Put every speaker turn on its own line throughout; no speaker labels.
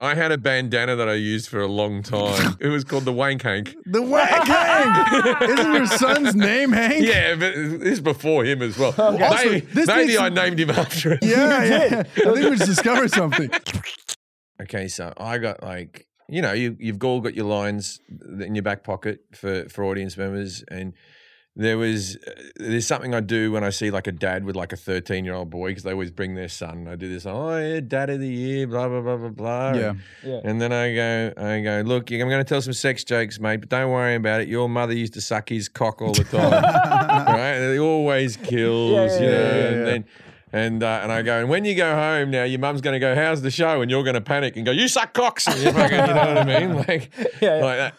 I had a bandana that I used for a long time. It was called the Wank Hank.
The Whack Hank! Isn't your son's name Hank?
Yeah, but this is before him as well.
Also,
maybe
this
maybe
makes-
I named him after it.
Yeah, yeah. I think we just discovered something.
Okay, so I got like you know you you've all got your lines in your back pocket for for audience members, and there was uh, there's something I do when I see like a dad with like a 13 year old boy because they always bring their son. And I do this, oh yeah, dad of the year, blah blah blah blah blah.
Yeah.
Yeah.
And then I go, I go, look, I'm going to tell some sex jokes, mate, but don't worry about it. Your mother used to suck his cock all the time, right? And It always kills,
Yeah,
you know.
yeah,
yeah,
and
yeah.
then, and uh, and I go, and when you go home now, your mum's going to go, how's the show? And you're going to panic and go, you suck cocks. And you're fucking- you know what I mean? Like,
Yeah, yeah.
like that.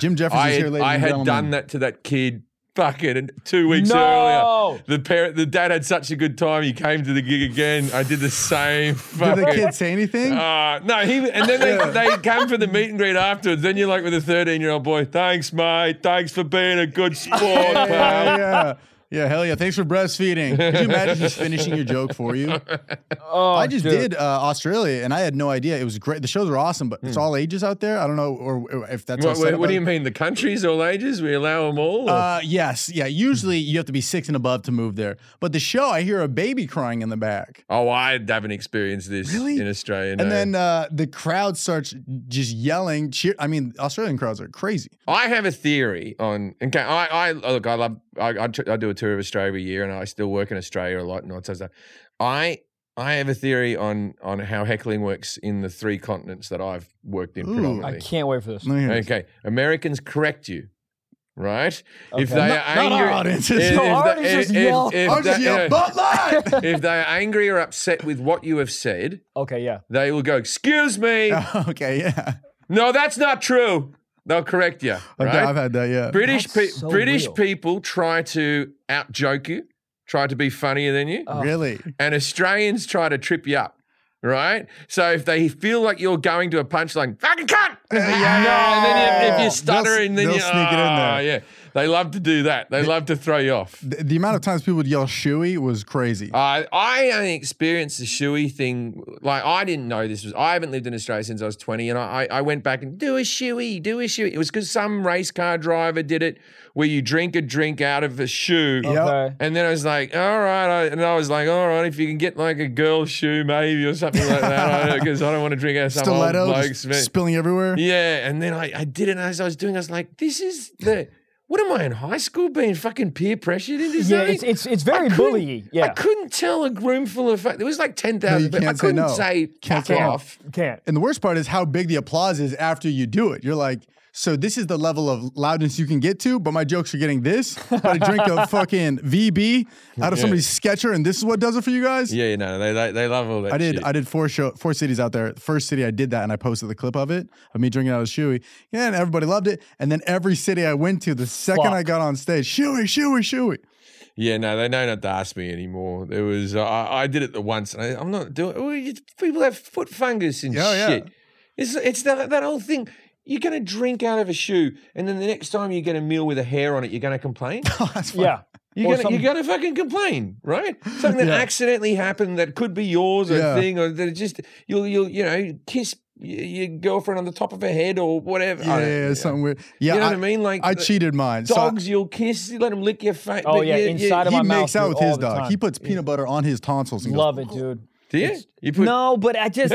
Jim Jefferson's
I
here,
had,
ladies
I
and
had
gentlemen.
done that to that kid fucking two weeks
No.
earlier. The parent, the dad had such a good time. He came to the gig again. I did the same.
Did
fucking-
the kid say anything?
uh, no, he and then they, they come for the meet and greet afterwards. Then you're like with a 13 year old boy, thanks, mate. Thanks for being a good sport, pal.
yeah, yeah. Yeah, hell yeah. Thanks for breastfeeding. Could you imagine just finishing your joke for you?
Oh,
I just
dude.
did uh, Australia and I had no idea. It was great. The shows are awesome, but it's all ages out there. I don't know or, or if that's
Hmm. What,
all set
what,
up
what do
out-
you mean? The countries, all ages? We allow them all? or-
Uh, yes, yeah. Usually you have to be six and above to move there. But the show, I hear a baby crying in the back,
oh, I haven't experienced this
Really?
in Australia. no.
and then uh, the crowd starts just yelling. Cheer! I mean, Australian crowds are crazy.
I have a theory on. Okay, I, I look. I love. I, I, tr- I do a tour of Australia every year, and I still work in Australia a lot and all that sort of stuff. I I have a theory on on how heckling works in the three continents that I've worked in
Ooh.
predominantly.
I can't wait for this.
Look at this.
Okay, Americans correct you, right? If
Okay.
they
Not-
are
not
angry,
our audiences.
if-
No,
if
ours
they-
just
if-
yell.
if- if
I'll just
they-
yell,
yeah,
Bud Light!
if they are angry or upset with what you have said,
Okay, yeah.
they will go, "Excuse me,
okay, yeah.
no, that's not true." They'll correct you,
I've,
right?
I've had Uh, that, yeah.
British
That's
pe-
so
British
real.
people try to outjoke you, try to be funnier than you,
Oh.
Really?
and Australians try to trip you up. Right, so if they feel like you're going to a punchline, fucking cunt, no, and then you, if
They'll
you're
s-
stuttering, then
they'll
you
sneak it in there.
Ah, Yeah, they love to do that. They love to throw you off.
The, the amount of times people would yell "shoey" was crazy.
I I only experienced the shoey thing. Like I didn't know this was. I haven't lived in Australia since I was twenty, and I I I went back and do a shoey, do a shoey. It was because some race car driver did it, where you drink a drink out of a shoe.
Yep.
Okay.
And then I was like, all right. I, and I was like, all right, if you can get like a girl shoe maybe or something like that, because I, don't want to drink out of some old
Stiletto
bloke's.
just
vent.
spilling everywhere.
Yeah, and then I, I did it as I was doing. I was like, "This is the what am I in high school being fucking peer pressured into?"
Yeah,
something?
it's it's it's very
couldn't-
bully.
I
Yeah,
couldn't tell a room full of fuck. There was like ten
No, you
thousand. people. I
can't say
couldn't
no.
say
Can't
fuck
say no.
off.
can't.
And the worst part is how big the applause is after you do it. You're like, so this is the level of loudness you can get to, but my jokes are getting this. But a drink of fucking VB out
Yeah.
of somebody's sketcher, and this is what does it for you guys.
Yeah, you know they, they they love all that.
I did.
shit.
I did four show, four cities out there. The first city I did that, and I posted the clip of it of me drinking out of Shoey. Yeah, and everybody loved it. And then every city I went to, the second
Fuck.
I got on stage, Shoey, Shoey, Shoey.
yeah, no, they know not to ask me anymore. There was I, I did it the once, and I, I'm not doing. oh, you- People have foot fungus and
Yeah, yeah.
shit. It's it's that that whole thing. You're gonna drink out of a shoe, and then the next time you get a meal with a hair on it, you're gonna complain.
That's funny.
Yeah,
You're
Or
gonna, you're
some-
gonna fucking complain, right? Something that
Yeah.
accidentally happened that could be yours or
Yeah.
thing, or that it just you'll you'll you know kiss y- your girlfriend on the top of her head or whatever. I
Yeah,
don't-
yeah, yeah, something weird. Yeah,
you know
I,
what I mean? Like
I
the
cheated mine. So I-
Dogs, you'll kiss. You let them lick your face.
Oh, yeah, inside of
he
my mouth,
makes out
dude,
with
all
his
the
dog.
time.
He puts peanut butter on his tonsils and
love
goes,
it, dude.
Do you? You put
No, but I just.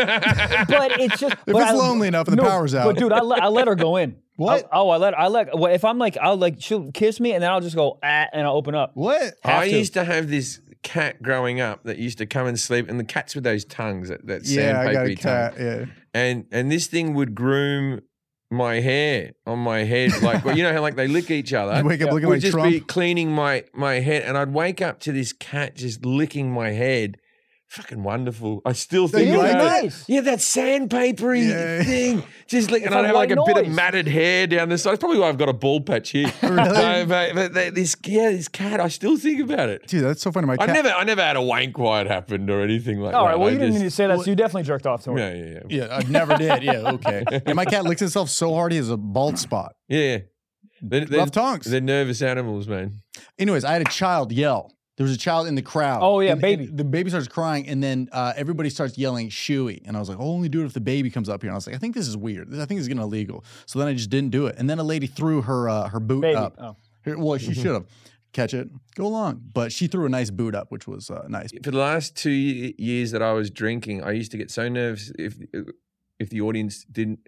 but it's just. If
it's lonely enough and the power's out.
But dude, I let, I let her go in.
What?
I, oh, I let I let. Well, if I'm like, I'll like she'll kiss me and then I'll just go ah, and I'll open up.
What?
I
to.
used to have this cat growing up that used to come and sleep, and the cats with those tongues, that, that
Yeah, I got a
sandpapery tongue.
cat. Yeah.
and and this thing would groom my hair on my head, like well, you know how like they lick each other.
You wake up looking
would
like
just
Trump.
be cleaning my my head, and I'd wake up to this cat just licking my head. Fucking wonderful. I still
They
think
do
about
that?
it. Yeah, that sandpapery
Yeah.
thing. Just like, and
It's
I'd
a
have like a
white
bit of
noise.
matted hair down this side. It's probably why I've got a bald patch here.
Really?
So, but, but they- this, yeah, this cat. I still think about it.
Dude, that's so funny. My
I
cat.
never, I never had a wank while it happened or anything like that.
All right, well
I
you didn't
just-
need to say that, so you definitely jerked off to her.
Yeah, yeah, yeah,
yeah, I never did. Yeah, okay. And my cat licks itself so hard he has a bald spot.
yeah. yeah. They're, they're-
Rough tongues.
They're nervous animals, man.
Anyways, I had a child yell. There was a child in the crowd.
Oh, yeah,
And-
baby.
and the baby starts crying, and then uh, everybody starts yelling "shooey," and I was like, "I'll only do it if the baby comes up here." And I was like, "I think this is weird. I think it's getting illegal." So then I just didn't do it. And then a lady threw her uh, her boot
Baby.
up.
Oh.
Her- well, she should have catch it, go along, but she threw a nice boot up, which was uh, nice.
for the last two ye- years that I was drinking, I used to get so nervous if if the audience didn't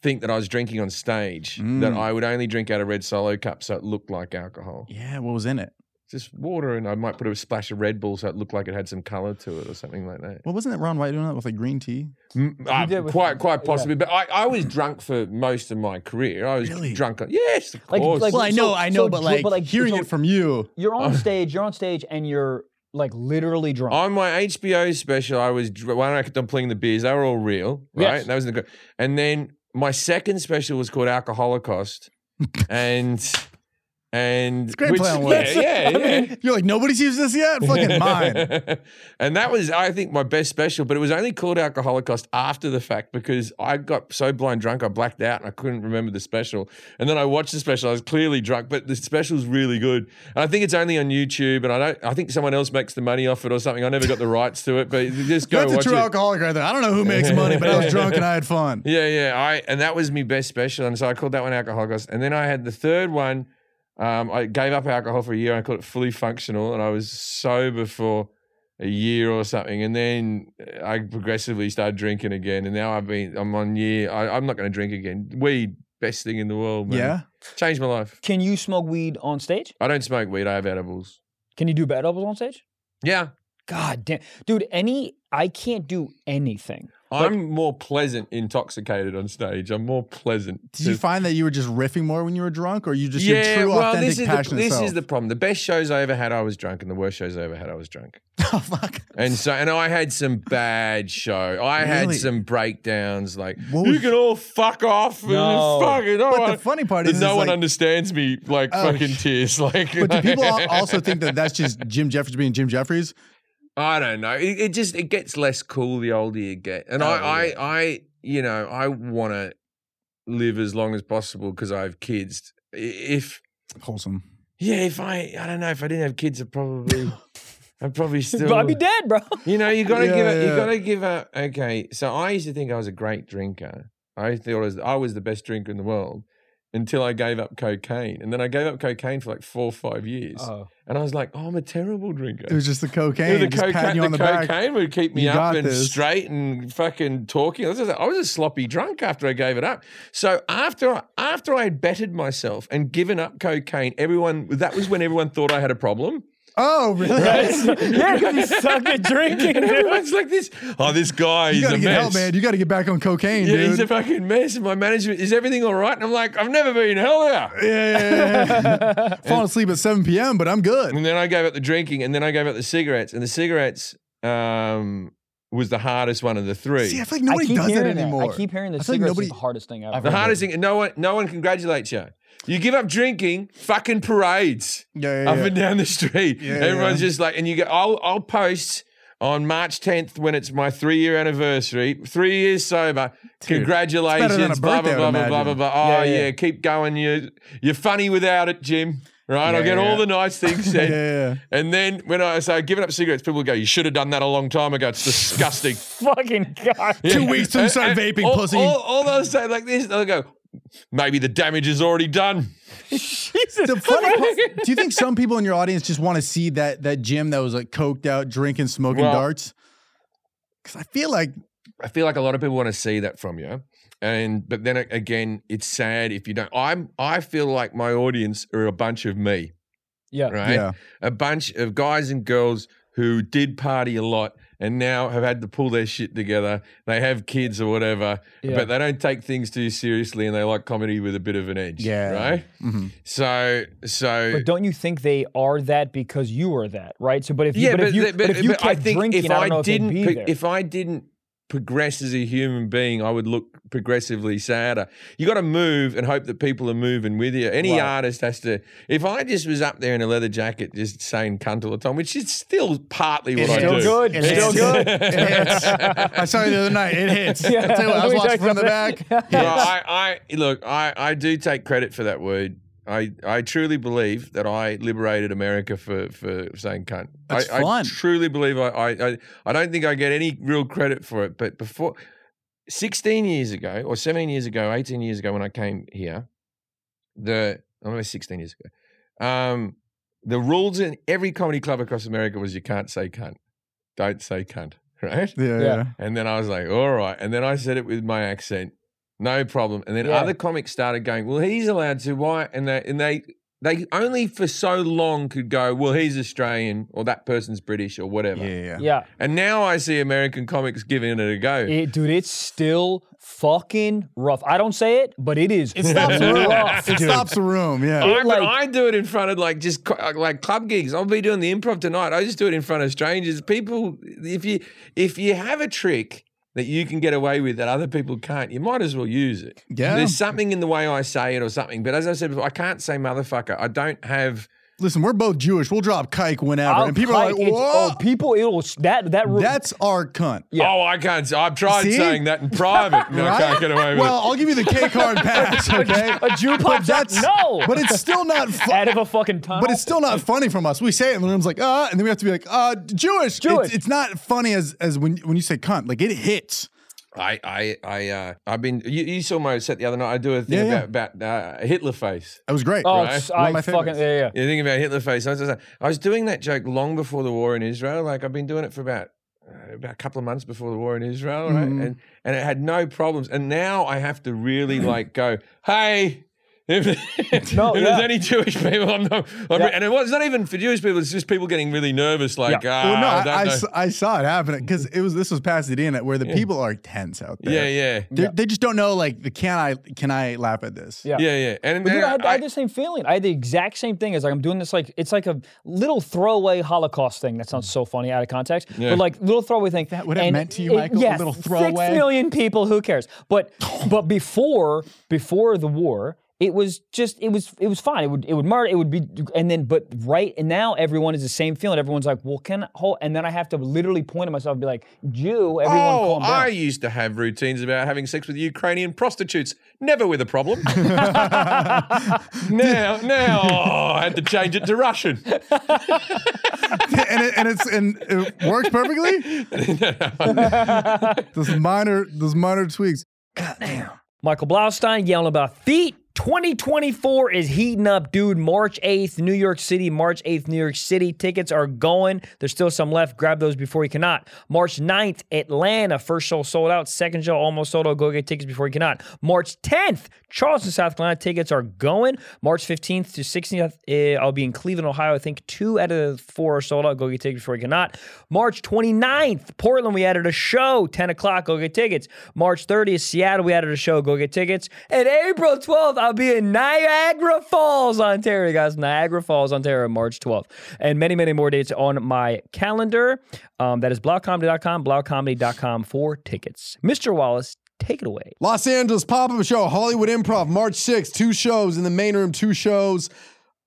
think that I was drinking on stage that
Mm.
I would only drink out of red solo cup so it looked like alcohol.
Yeah, what was in it?
Just water and I might put a splash of Red Bull so it looked like it had some color to it or something like that.
Well, wasn't it Ron White doing that with like green tea?
Mm, uh,
did with-
quite quite
yeah.
possibly, but I, I was drunk for most of my career. I was
Really?
drunk. On, yes, of
Like-
course.
like-
well, I know,
so-
I know,
so
but,
dr-
like,
but, like,
hearing
so-
it from you,
You're on stage. You're on stage, and you're like literally drunk.
on my HBO special, I was dr- when I kept on playing the beers, they were all real, right?
Yes.
That was the gr- and then my second special was called Alcoholicost, and and
great play on
yeah,
words.
yeah, yeah.
you're like, nobody's used this yet. Fucking mine.
and that was, I think, my best special, but it was only called Alcoholicost after the fact because I got so blind drunk, I blacked out and I couldn't remember the special. And then I watched the special, I was clearly drunk, but the special's really good. And I think it's only on YouTube, and I don't, I think someone else makes the money off it or something. I never got the rights to it, but you just go
That's a
watch
true
it.
alcoholic right there. I don't know who makes money, but I was drunk and I had fun.
Yeah, yeah. I and that was my best special, and so I called that one Alcoholicos. And then I had the third one. Um, I gave up alcohol for a year. I called it fully functional, and I was sober for a year or something. And then uh, I progressively started drinking again. And now I've been. I'm on year. I, I'm not going to drink again. Weed, best thing in the world. Man.
Yeah.
changed my life.
Can you smoke weed on stage?
I don't smoke weed. I have edibles.
Can you do bad doubles on stage?
Yeah,
God damn, dude. Any, I can't do anything.
I'm more pleasant intoxicated on stage. I'm more pleasant.
Did you
to-
find that you were just riffing more when you were drunk, or you just your true, authentic,
this is the,
passionate
this
self?
is the problem. The best shows I ever had, I was drunk, and the worst shows I ever had, I was drunk.
oh, fuck.
And so, and I had some bad show. I had
Really?
some breakdowns, like
What
you
was-
can all fuck off and
No.
fucking. No,
But
one,
the funny part
no
is, is
one
like,
understands me. Like
Oh,
fucking tears. Like,
but do people al- also think that that's just Jim Jeffries being Jim Jeffries?
I don't know. It, it just it gets less cool the older you get, and
Oh,
I,
yeah.
I, I, you know, I want to live as long as possible because I have kids. I- If
Wholesome.
yeah, if I, I don't know, if I didn't have kids, I probably, I'd probably still.
I'd be dead, bro.
You know, you gotta
Yeah,
give it. You
yeah.
gotta give up. Okay, so I used to think I was a great drinker. I thought I was, I was the best drinker in the world until I gave up cocaine, and then I gave up cocaine for like four or five years,
Oh.
and I was like, oh, I'm a terrible drinker.
It was just the cocaine,
Yeah, the
just patting
cocaine,
you on
the
the, back.
cocaine would keep me
You
up
got
and
this.
straight and fucking talking. I was, just- I was a sloppy drunk after I gave it up. So after I, after I had bettered myself and given up cocaine, everyone that was when everyone thought I had a problem.
Oh, really?
yeah, 'cause you suck at drinking,
And
dude.
everyone's like this. Oh, this guy,
You
he's
gotta
a
get
mess.
help, man. You gotta get back on cocaine,
yeah,
dude.
he's a fucking mess. And my management, is everything all right? And I'm like, I've never been healthier.
yeah, yeah, yeah, yeah. Falling asleep at 7 p.m., but I'm good.
And then I gave up the drinking, and then I gave up the cigarettes, and the cigarettes um, was the hardest one of the three.
See, I feel like
I
nobody
keep
does it
hearing
anymore.
I keep hearing
I
that
feel like
cigarettes
nobody-
is the hardest thing ever.
the hardest thing, and no one, no one congratulates you. You give up drinking, fucking parades
yeah, yeah,
up
yeah.
and down the street.
Yeah,
Everyone's just like, and you go, I'll, I'll post on March 10th when it's my three year anniversary, three years sober.
it's better than a
Congratulations, blah,
birthday,
blah,
I
blah,
would
blah, blah, blah,
imagine.
blah. Oh,
Yeah,
yeah,
yeah.
keep going. You're, you're funny without it, Jim. Right? I'll
Yeah,
get all
yeah.
the nice things said.
Yeah, yeah.
And then when I say giving up cigarettes, people go, "You should have done that a long time ago. It's disgusting."
Fucking god.
Two weeks till you
And-
start
and
vaping,
all,
pussy.
All, all they'll say like this, they'll go, "Maybe the damage is already done."
Jesus.
The funny part, do you think some people in your audience just want to see that that Jim that was like coked out, drinking, smoking
Well-
darts? Because I feel like
I feel like a lot of people want to see that from you. And but then again, it's sad if you don't. I'm I feel like my audience are a bunch of me,
Yeah.
right?
Yeah.
A bunch of guys and girls who did party a lot and now have had to pull their shit together. They have kids or whatever,
Yeah.
but they don't take things too seriously and they like comedy with a bit of an edge.
Yeah.
Right?
Mhm.
So so
But don't you think they are that because you were that, right? So, but if you, but, if you,
the-
but, if you
but
kept drinking, I, don't know
didn't,
if they'd
pro-
be there.
if I didn't progress as a human being, I would look progressively sadder. You got to move and hope that people are moving with you. Any
Right.
artist has to. If I just was up there in a leather jacket, just saying cunt all the time, which is still partly what
It's
I
still
do.
good. It's still good.
It hits. I saw you the other night. It hits.
Yeah,
I'll tell you what, I was
we
watching
talked
from the
about
back.
that.
No, I, I look, I, I do take credit for that word I, I truly believe that I liberated America for, for saying cunt.
That's
I, I
fun.
truly believe I, I, I, I don't think I get any real credit for it. But before 16 years ago, or 17 years ago, 18 years ago, when I came here, the, I'm only 16 years ago, um, the rules in every comedy club across America was you can't say cunt. Don't say cunt, right?
Yeah, yeah.
And then I was like, all right. And then I said it with my accent, no problem. And then
Yeah.
other comics started going, well, he's allowed to. Why? And they and they they only for so long could go, well, he's Australian or that person's British or
Yeah,
whatever.
yeah. yeah.
Yeah.
And now I see American comics giving it a go.
It- dude, it's still fucking rough. I don't say it, but it is.
It stops the room.
rough,
It
dude.
stops the room. Yeah.
I, but
like-
I do it in front of like just co- like club gigs. I'll be doing the improv tonight. I just do it in front of strangers. People, if you if you have a trick that you can get away with that other people can't, you might as well use it.
Yeah.
there's something in the way I say it or something. But as I said before, I can't say motherfucker. I don't have.
Listen, we're both Jewish. We'll drop kike whenever,
I'll
and people are
kike,
like,
it's-
"Whoa,
Oh, people, it'll that that room.
that's our cunt."
Yeah.
Oh, I can't. say- I've tried
See?
saying that in private. and I
Right?
can't get away with
Well, I'll give you the K card pass, okay?
a Jew
But
pops up.
that's
No,
But it's still not.
out
Fu-
of a fucking tunnel.
but it's still
Oh.
not funny from us. We say it, and the room's like, "Ah," and then we have to be like, "Uh, Jewish."
Jewish.
It's, it's not funny as as when when you say cunt. Like it hits.
it. I, I, I, uh, I've been. You, you saw my set the other night. I do a thing
Yeah, yeah.
about about uh, Hitler face.
That was great.
right?
oh, it's-
One of
I
my
fucking
favorites.
yeah, yeah.
You think about Hitler face. I was, just- I was doing that joke long before the war in Israel. Like I've been doing it for about uh, about a couple of months before the war in Israel, right?
Mm-hmm.
and and it had no problems. And now I have to really like go, hey. If,
Mm. No,
if
yeah.
there's any Jewish people, I'm not. I'm
Yeah.
re- and it was not even for Jewish people. It's just people getting really nervous, like, ah,
Well, no,
I
I,
don't
I
know."
s- I saw it happening because it was this was Pasadena where the people are tense out there.
yeah, yeah,
They're- They just don't know like the can I can I laugh at this?
Yeah.
yeah, yeah. And,
But dude,
and
I had, I had the same feeling. I had the exact same thing. As like I'm doing this, like it's like a little throwaway Holocaust thing. That sounds so funny out of context,
Yeah.
but like little throwaway thing.
Mm. that what it meant to you, Michael? A
yes,
little
Six
throwaway?
million people. Who cares? But but before before the war. It was just, it was, it was fine. It would, it would murder. It would be, and then, but right and now, everyone is the same feeling. Everyone's like, well, can I hold? And then I have to literally point at myself and be like, Jew. Everyone,
Oh,
calm down.
I used to have routines about having sex with Ukrainian prostitutes, never with a problem. now, now oh, I had to change it to Russian.
and it, and it's and it works perfectly. those minor those minor tweaks.
Michael Blaustein yelling about feet. 2024 is heating up, dude. March 8th, New York City. March 8th, New York City. Tickets are going. There's still some left. Grab those before you cannot. March 9th, Atlanta. First show sold out. Second show almost sold out. Go get tickets before you cannot. March 10th, Charleston, South Carolina. Tickets are going. March 15th to 16th, eh, I'll be in Cleveland, Ohio. I think two out of the four are sold out. Go get tickets before you cannot. March 29th, Portland, we added a show. 10 o'clock, go get tickets. March 30th, Seattle, we added a show. Go get tickets. And April 12th, I'll be in Niagara Falls, Ontario, guys. Niagara Falls, Ontario, March 12th. And many, many more dates on my calendar. Um, that is blogcomedy.com, blogcomedy.com for tickets. Mr. Wallace, take it away.
Los Angeles pop-up show, Hollywood Improv, March 6th, two shows in the main room, two shows,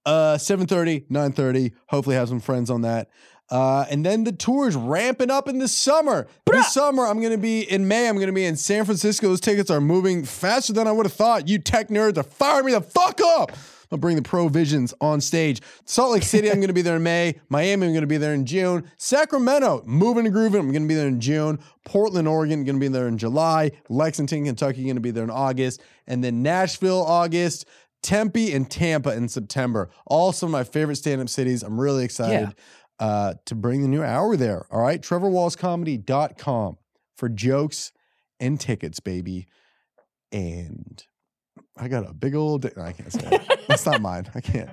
uh, 7.30, 9.30. Hopefully have some friends on that. Uh, and then the tour is ramping up in the summer. This summer, I'm going to be in May. I'm going to be in San Francisco. Those tickets are moving faster than I would have thought. You tech nerds are firing me the fuck up. I'll bring the Provisions on stage. Salt Lake City, I'm going to be there in May. Miami, I'm going to be there in June. Sacramento, moving and grooving, I'm going to be there in June. Portland, Oregon, going to be there in July. Lexington, Kentucky, going to be there in August. And then Nashville, August. Tempe and Tampa in September. All some of my favorite stand up cities. I'm really excited uh, to bring the new hour there. All right. TrevorWallsComedy.com for jokes and tickets, baby. And I got a big old. Di- no, I can't say it. That's not mine. I can't.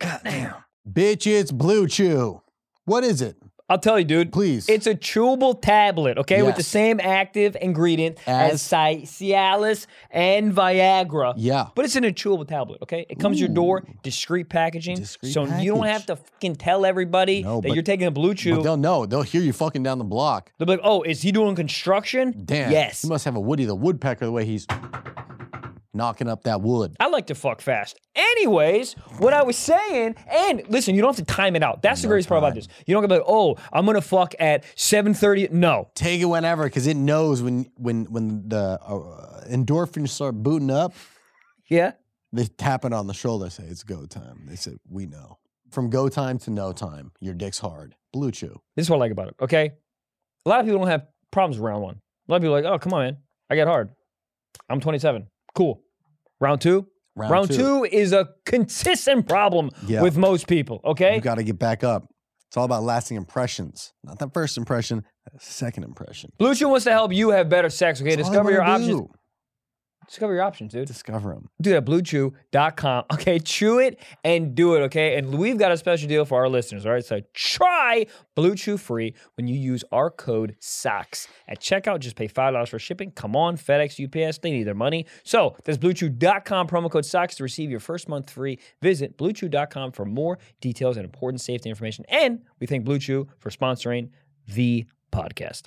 Goddamn.
Bitch, it's Blue Chew. What is it?
I'll tell you, dude.
Please.
It's a chewable tablet, okay, with the
Yes.
same active ingredient as,
As-
Ci- Cialis and Viagra.
Yeah.
But it's in a chewable tablet, okay? It comes to your door, discreet packaging.
Discreet
so you don't have
package.
to fucking tell everybody
No,
that
but-
you're taking a blue
But
chew. They'll
they'll know. They'll hear you fucking down the block.
be like, oh, is he doing construction?
Damn.
Yes.
He must have a Woody the Woodpecker the way he's knocking up that wood.
I like to fuck fast. Anyways, what I was saying, and listen, you don't have to time it out. That's the greatest part about this. You don't have to be like, oh, I'm gonna fuck at 7:30. No,
Take it whenever because it knows when when when the uh, endorphins start booting up.
yeah,
They tap it on the shoulder, say, it's go time. They say, we know. From go time to no time, your dick's hard. Blue Chew.
This is what I like about it. Okay, a lot of people don't have problems with round one. A lot of people are like, oh come on, man, I get hard. I'm 27. Cool. Round two. Round, two. is a consistent problem
Yeah.
with most people. Okay.
You got to get back up. It's all about lasting impressions. Not that first impression, that second impression.
Blue Chew wants to help you have better sex. Okay,
That's all I
discover your
wanna
options.
do.
Discover your options, dude.
Discover them.
Dude, at bluechew.com. Okay, chew it and do it, okay? And we've got a special deal for our listeners, all right? So try Blue Chew free when you use our code SOCKS. At checkout, just pay $5 for shipping. Come on, FedEx, UPS, they need their money. So that's bluechew.com, promo code SOCKS to receive your first month free. Visit bluechew.com for more details and important safety information. And we thank Blue Chew for sponsoring the podcast.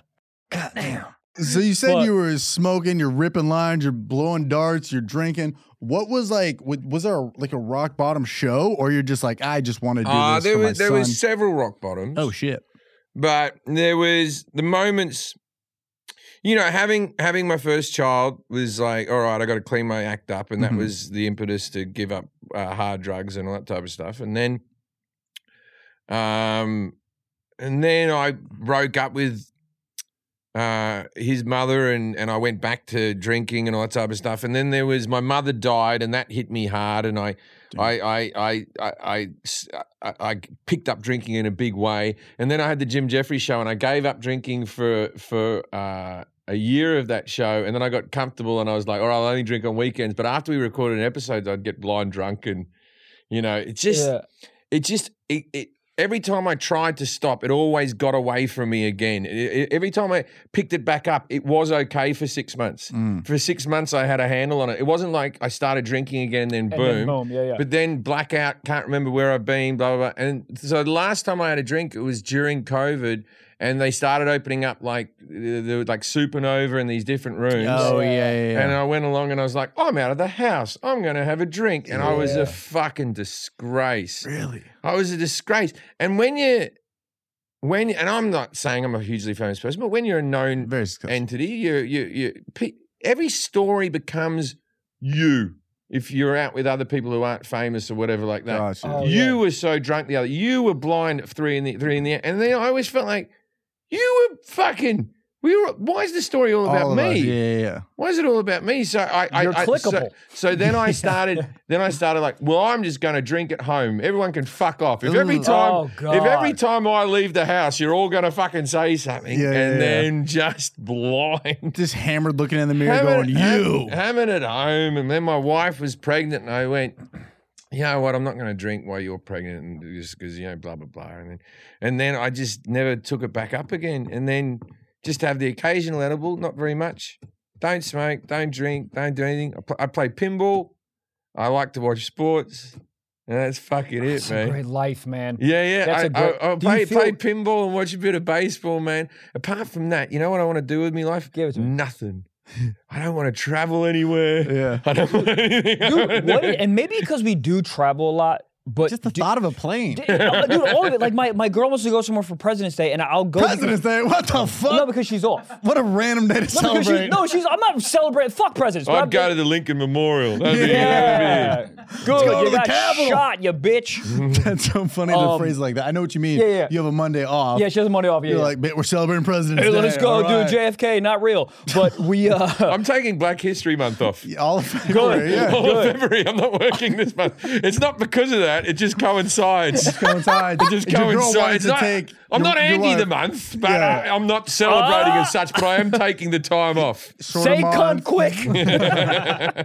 So you said
What?
you were smoking, you're ripping lines, you're blowing darts, you're drinking. What was like? wa- Was there a, like a rock bottom show, or you're just like, I just want to do
Uh,
this
there
for
was
my
there
son?
was several rock bottoms.
oh shit!
but there was the moments you know having having my first child was like all right i got to clean my act up and that
Mhm.
was the impetus to give up uh, hard drugs and all that type of stuff and then um and then i broke up with uh his mother and and i went back to drinking and all that type of stuff and then there was my mother died and that hit me hard and i
Damn.
I, I I I I s- I- I picked up drinking in a big way, and then I had the Jim Jeffries show, and I gave up drinking for for uh, a year of that show, and then I got comfortable, and I was like, all right, I'll only drink on weekends. But after we recorded an episode, I'd get blind drunk, and you know, it just
Yeah.
it just it, it every time I tried to stop, it always got away from me again. I- I- every time I picked it back up, it was okay for six months.
Mm.
For six months, I had a handle on it. It wasn't like I started drinking again, then
And
boom.
then boom. Yeah, yeah.
But then blackout, can't remember where I've been, blah, blah, blah. And so the last time I had a drink, it was during COVID and they started opening up like, there was like supernova in these different rooms.
Oh yeah, yeah, yeah.
And uh, I went along and I was like, I'm out of the house. I'm going to have a drink. And I was
Yeah.
a fucking disgrace.
really?
I was a disgrace. And when you, when, and I'm not saying I'm a hugely famous person, but when you're a known
Very disgusting.
entity. You, you, you. Pe- every story becomes you if you're out with other people who aren't famous or whatever like that.
Gotcha.
Oh,
you
yeah.
were so drunk the other. You were blind at three in the three in the. And then I always felt like you were fucking. We were. Why is the story all about
All of
me?
us. Yeah, yeah, yeah.
Why is it all about me? So I, I,
You're
I so,
clickable.
so then I started. Then I started like, well, I'm just going to drink at home. Everyone can fuck off. If every
Ooh.
time,
Oh,
if every
God.
time I leave the house, you're all going to fucking say something,
Yeah, yeah,
and
yeah.
then just blind.
Just hammered, looking in the mirror,
Hamming-
going,
ham-
"You."
hamming at home, and then my wife was pregnant, and I went. You know what? I'm not going to drink while you're pregnant, and just because you know, blah blah blah, and then, and then I just never took it back up again, and then just have the occasional edible, not very much. Don't smoke, don't drink, don't do anything. I, pl- I play pinball. I like to watch sports, and that's fucking it,
It's a
man.
great life, man.
Yeah, yeah. I,
That's a great-
I, I
Do you
play,
feel-
play pinball and watch a bit of baseball, man. Apart from that, you know what I want to do with my life?
Give it to me.
Nothing. I don't want to travel anywhere.
Yeah.
I don't want anything. I wanna
dude. What?
do.
Is, and maybe because we do travel a lot, but
Just the
do-
thought of a plane.
d- dude, all of it. Like my, my girl wants to go somewhere for President's Day, and I'll go.
President's Day. What the
because, no,
fuck?
because she's off. No,
What a random day to
because
celebrate.
she's no, she's. I'm not celebrating. Fuck presidents.
Oh,
but I'm-
I'd go to the Lincoln Memorial. That'd be,
Yeah,
that'd
good.
go
you
to the
got
Capitol.
shot, you bitch.
That's so funny the
Um,
phrase like that. I know what you mean.
yeah, yeah.
You have a Monday off.
yeah, she has the money off. Yeah,
You're
yeah.
like, "Bit, we're celebrating President's
Hey,
Day.
let's go,
all
dude.
right."
JFK, not real. But we.
be.
uh
I'm taking Black History Month off.
All of February, yeah.
All of February, I'm not working this month. It's not because of that. It just coincides. It
coincides.
just
If your girl wanted
coincides.
to
Not-
take
I'm
your-
not
your
anti the
wife-
month, but
Yeah.
I, I'm not celebrating
Ah!
as such. But I am taking the time off.
Short
Say
of mine.
cunt quick.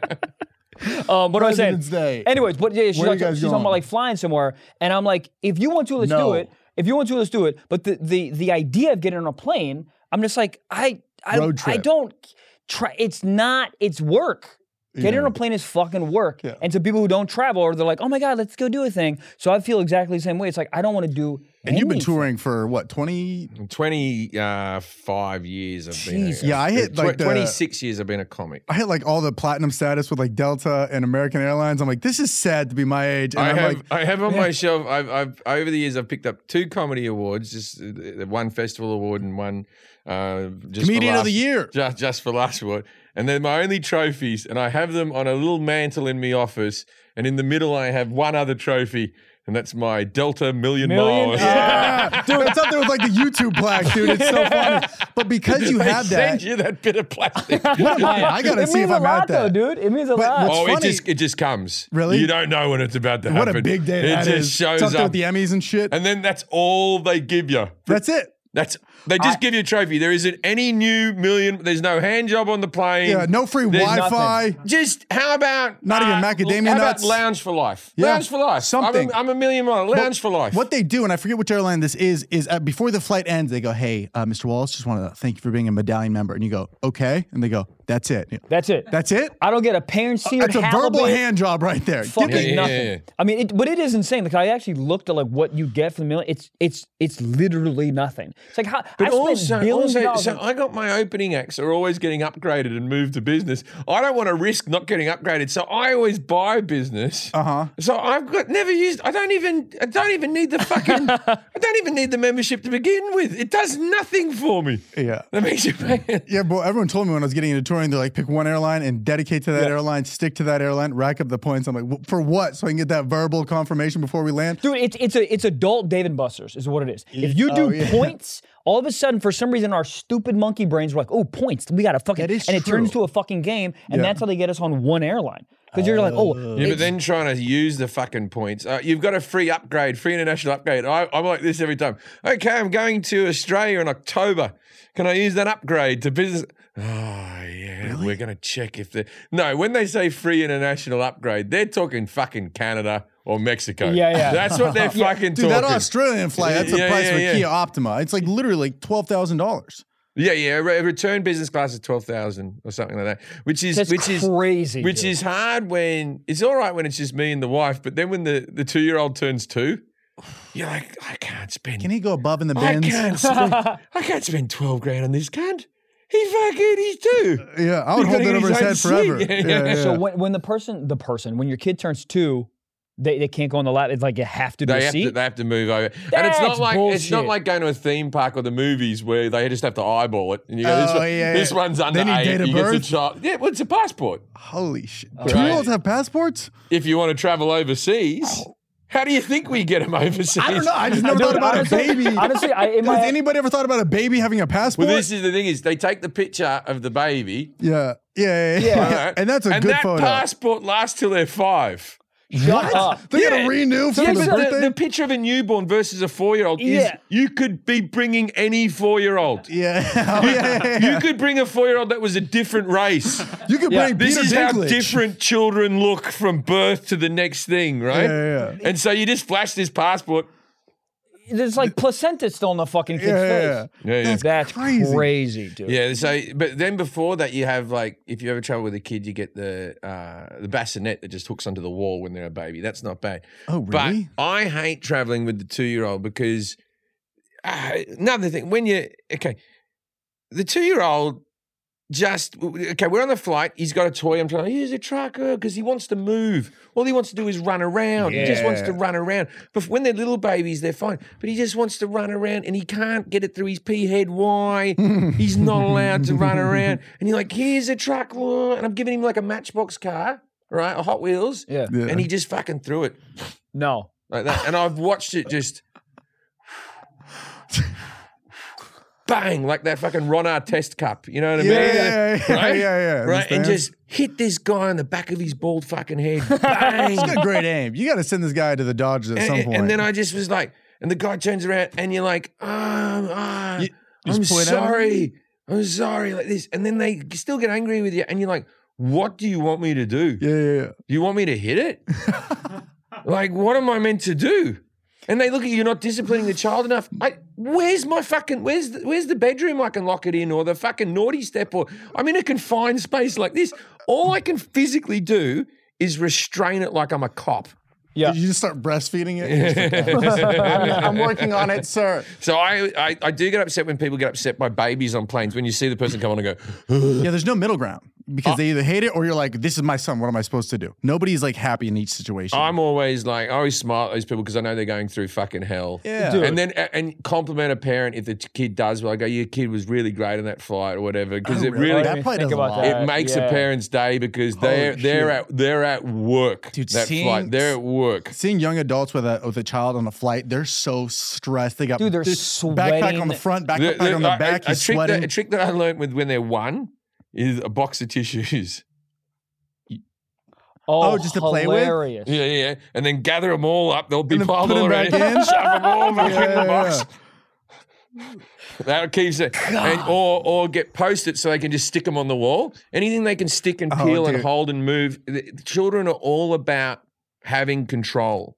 um, what am I saying?
President's Day.
Anyways, but yeah, she's,
Where are
like,
you guys
she's talking about
going?
like flying somewhere, and I'm like, if you want to, let's
No.
do it. If you want to, let's do it. But the the the idea of getting on a plane, I'm just like, I I,
Road
I
trip.
don't try. It's not. It's work. Getting on a plane is fucking work.
Yeah.
And to people who don't travel, or they're like, oh my god, let's go do a thing. So I feel exactly the same way. It's like I don't want to do
And you've been
Anything.
touring for what, 20?
25 years I've been.
Jeez.
a-
Yeah, I hit,
tw-
like, the-
26 years I've been a comic.
I hit like all the platinum status with like Delta and American Airlines. I'm like, this is sad to be my age. And
I
I'm
have,
like,
I have on my shelf. I've, I've over the years I've picked up two comedy awards, just uh, the one festival award and one uh, just for
comedian of
last-
the year.
just, just for last word. And they're my only trophies, and I have them on a little mantle in my office. And in the middle, I have one other trophy, and that's my Delta Million,
Million-
Miles.
Yeah. dude, it's up there with like the YouTube plaque, dude. It's so funny. But because you
They
have
send
that,
you that bit of plastic.
I gotta
it
see
means
if
a
I'm
lot,
at that.
though, dude. It means a
But
lot.
what's-
oh,
funny-
it just it just comes.
Really?
you don't know when it's about to
what
happen.
a big day
It
that
just
is.
shows
it's up there
up,
with the Emmys and shit.
and then that's all they give you.
That's it.
That's they just give you a trophy. There isn't any new million. There's no hand job on the plane.
Yeah, no free
There's
Wi-Fi.
Just how about uh,
Not even macadamia
how
nuts?
About lounge for life.
Yeah,
lounge for life.
something.
I'm a, I'm a million mile. Lounge for life.
What they do, and I forget which airline this is, is uh, before the flight ends, they go, "Hey, uh, Mr. Wallace, just want to thank you for being a medallion member." And you go, "Okay," and they go, "That's it. You go,
That's it.
That's it.
I don't get a parent seared
That's a verbal
halibut.
hand job right there." Give
fucking
me-
Yeah, yeah,
nothing.
yeah, yeah.
I mean, it, but it is insane. Like I actually looked at like what you get for the million. It's it's it's literally nothing. It's like how I
But
spent
also,
billions of
also, so
dollars.
I got my opening acts are always getting upgraded and moved to business. I don't want to risk not getting upgraded, so I always buy business. Uh
Uh-huh.
huh. So I've got never used. I don't even. I don't even need the fucking. I don't even need the membership to begin with. It does nothing for me.
Yeah.
That makes you pay.
Yeah, but everyone told me when I was getting into touring, they're like, pick one airline and dedicate to that airline, stick to that airline, rack up the points. I'm like, "Wh- for what? So I can get that verbal confirmation before we land.
Dude, it's it's a it's adult Dave and Buster's is what it is. If you do
oh, yeah.
points, all of a sudden for some reason our stupid monkey brains were like, oh points, we gotta fucking
That is
and it turns
true.
to a fucking game, and
Yeah.
that's how they get us on one airline. Because you're like, oh,
Yeah,
it's-
but then trying to use the fucking points. Uh, you've got a free upgrade, free international upgrade. I, I'm like this every time. Okay, I'm going to Australia in October. Can I use that upgrade to business? Oh, yeah. We're going to check if they No, when they say free international upgrade, they're talking fucking Canada or Mexico.
Yeah, yeah.
That's what they're fucking
Dude,
talking.
that Australian flight, that's the
Yeah,
price
yeah,
for
yeah.
Kia Optima. It's like literally like $12,000.
yeah, yeah. Re- return business class is 12,000 or something like that, which is,
that's
which is,
crazy.
Which
dude.
is hard when it's all right when it's just me and the wife, but then when the, the two year old turns two, you're like, I can't spend.
Can he go above in the
I
bins?
can't spend. I can't spend twelve grand on this cunt. He fucking he's two.
Yeah, I
He's
would hold
gonna
that
get
over his head
his own
forever.
seat.
Yeah,
Yeah,
yeah,
So
yeah.
when when the person the person when your kid turns two, they, they can't go on the lap. It's like you have to do a
They have,
seat.
to, they have to move over, and it's
That's
not like it's not
bullshit.
like going to a theme park or the movies where they just have to eyeball it. And you go, this,
Oh,
one-
yeah,
this
yeah.
one's
They
under
need
eight.
date of
you get
birth?
the child. Yeah, well, it's a passport.
Holy shit. Two year olds have passports?
If you want to travel overseas, how do you think we get them overseas?
Oh. I don't know. I just never
Dude,
thought about
honestly,
a baby.
Honestly, I, in my,
Has anybody ever thought about a baby having a passport?
Well, this is the thing is they take the picture of the baby
yeah. Yeah, yeah, yeah.
Alright.
And that's a good
that
photo.
passport lasts till they're five.
shut up.
They're
Yeah.
gonna renew for
Yeah,
the
so
birthday.
the, the picture of a newborn versus a four-year-old is
Yeah.
you could be bringing any four-year-old.
yeah. Oh, yeah, yeah, yeah.
You could bring a four-year-old that was a different race.
You could
Yeah.
bring
This
Peter
is how
Dinklage.
different children look from birth to the next thing, right?
Yeah, yeah,
And so you just flash this passport.
There's like placenta still in the fucking kid's
Yeah, yeah,
face.
yeah.
Yeah, yeah.
That's
crazy.
crazy, dude.
Yeah, so but then before that, you have like if you ever travel with a kid, you get the uh, the bassinet that just hooks onto the wall when they're a baby. That's not bad.
Oh, really?
But I hate traveling with the two year old because uh, another thing when you okay, the two year old just okay. We're on the flight. He's got a toy. I'm trying to use a tracker because he wants to move. All he wants to do is run around. He just wants to run around. But when they're little babies, they're fine. But he just wants to run around, and he can't get it through his pea head. Why? He's not allowed to run around. And you're like, here's a truck, and I'm giving him like a Matchbox car, right? A Hot Wheels.
Yeah.
Yeah.
And he just fucking threw it
No.
like that. And I've watched it just bang, like that fucking Ron Artest cup. You know what I
Yeah,
mean?
yeah, yeah,
right?
yeah, yeah,
Right, and
understand.
just hit this guy on the back of his bald fucking head. Bang.
He's got great aim. You got to send this guy to the Dodgers at some
and,
point.
and then I just was like, and the guy turns around, and you're like, oh, ah,
You- you
I'm
just point at him?
sorry, I'm sorry, like this. And then they still get angry with you, and you're like, what do you want me to do?
yeah, yeah, yeah.
You want me to hit it? like, what am I meant to do? And they look at you not disciplining the child enough. I, where's my fucking where's the, where's the bedroom I can lock it in or the fucking naughty step or I'm in a confined space like this. All I can physically do is restrain it like I'm a cop.
Yeah.
Did you just start breastfeeding it? I'm, I'm working on it, sir.
So I, I, I do get upset when people get upset by babies on planes. When you see the person come on and go,
Yeah, there's no middle ground
Uh.
because they either hate it or you're like, this is my son. What am I supposed to do? Nobody's like happy in each situation.
I'm always like, I always smile at those people because I know they're going through fucking hell.
Yeah. Dude.
And then a- and compliment a parent if the t- kid does well. I go, your kid was really great on that flight or whatever because
Oh,
it
really?
really
That
Let me
probably
think
doesn't
about
lie.
that.
it makes
Yeah.
a parent's day because they're
Holy
they're
shit.
at they're at work.
Dude,
that
seeing-
flight, they're at work.
Seeing young adults with a with a child on a flight, they're so stressed. They got
Dude, they're
backpack on
sweating.
the front,
They're-
backpack
they're-
on the
I-
back.
a,
You're
trick that,
sweating.
a trick that I learned with when they're one is a box of tissues.
Oh,
Oh, just to play with?
hilarious.
Yeah, yeah, yeah. And then gather them all up. They'll be
And then
piled
put
all
'em
around.
back
you.
in?
Shove them all back in
Yeah.
the box. That keeps it. And, or or get post-it so they can just stick them on the wall. Anything they can stick and
Oh,
peel and
dude.
hold and move. The- the children are all about having control.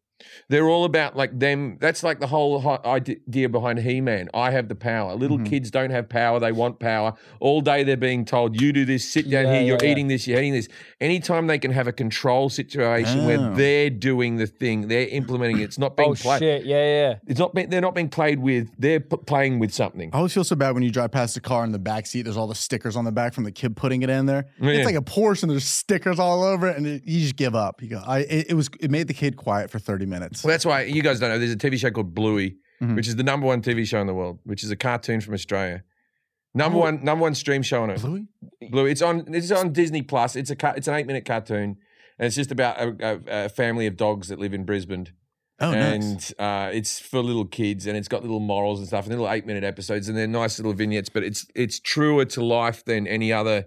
They're all about like them. That's like the whole hi- idea behind He-Man. I have the power. Little
Mm-hmm.
kids don't have power. They want power. All day they're being told, "You do this. Sit down
Yeah,
here. You're
yeah, yeah.
eating this. You're eating this." Anytime they can have a control situation
Oh.
where they're doing the thing, they're implementing it. It's not being
Oh
played.
shit! Yeah, yeah.
It's not. Being, they're not being played with. They're p- playing with something.
Oh.
I always feel so bad when you drive past the car in the back seat. There's all the stickers on the back from the kid putting it in there.
Yeah.
It's like a Porsche, and there's stickers all over it, and it, you just give up. You go, I. It, it was. It made the kid quiet for 30 minutes.
Well, that's why you guys don't know. There's a TV show called Bluey,
Mm-hmm.
Mhm.
which is the number one TV show in the world, which is a cartoon from Australia. Number one, number one stream show on it.
Bluey?
Bluey. It's on. It's on Disney Plus. It's a. ca- It's an eight minute cartoon, and it's just about a, a, a family of dogs that live in Brisbane.
Oh,
and
nice.
uh, it's for little kids, and it's got little morals and stuff, and little eight minute episodes, and they're nice little vignettes. But it's it's truer to life than any other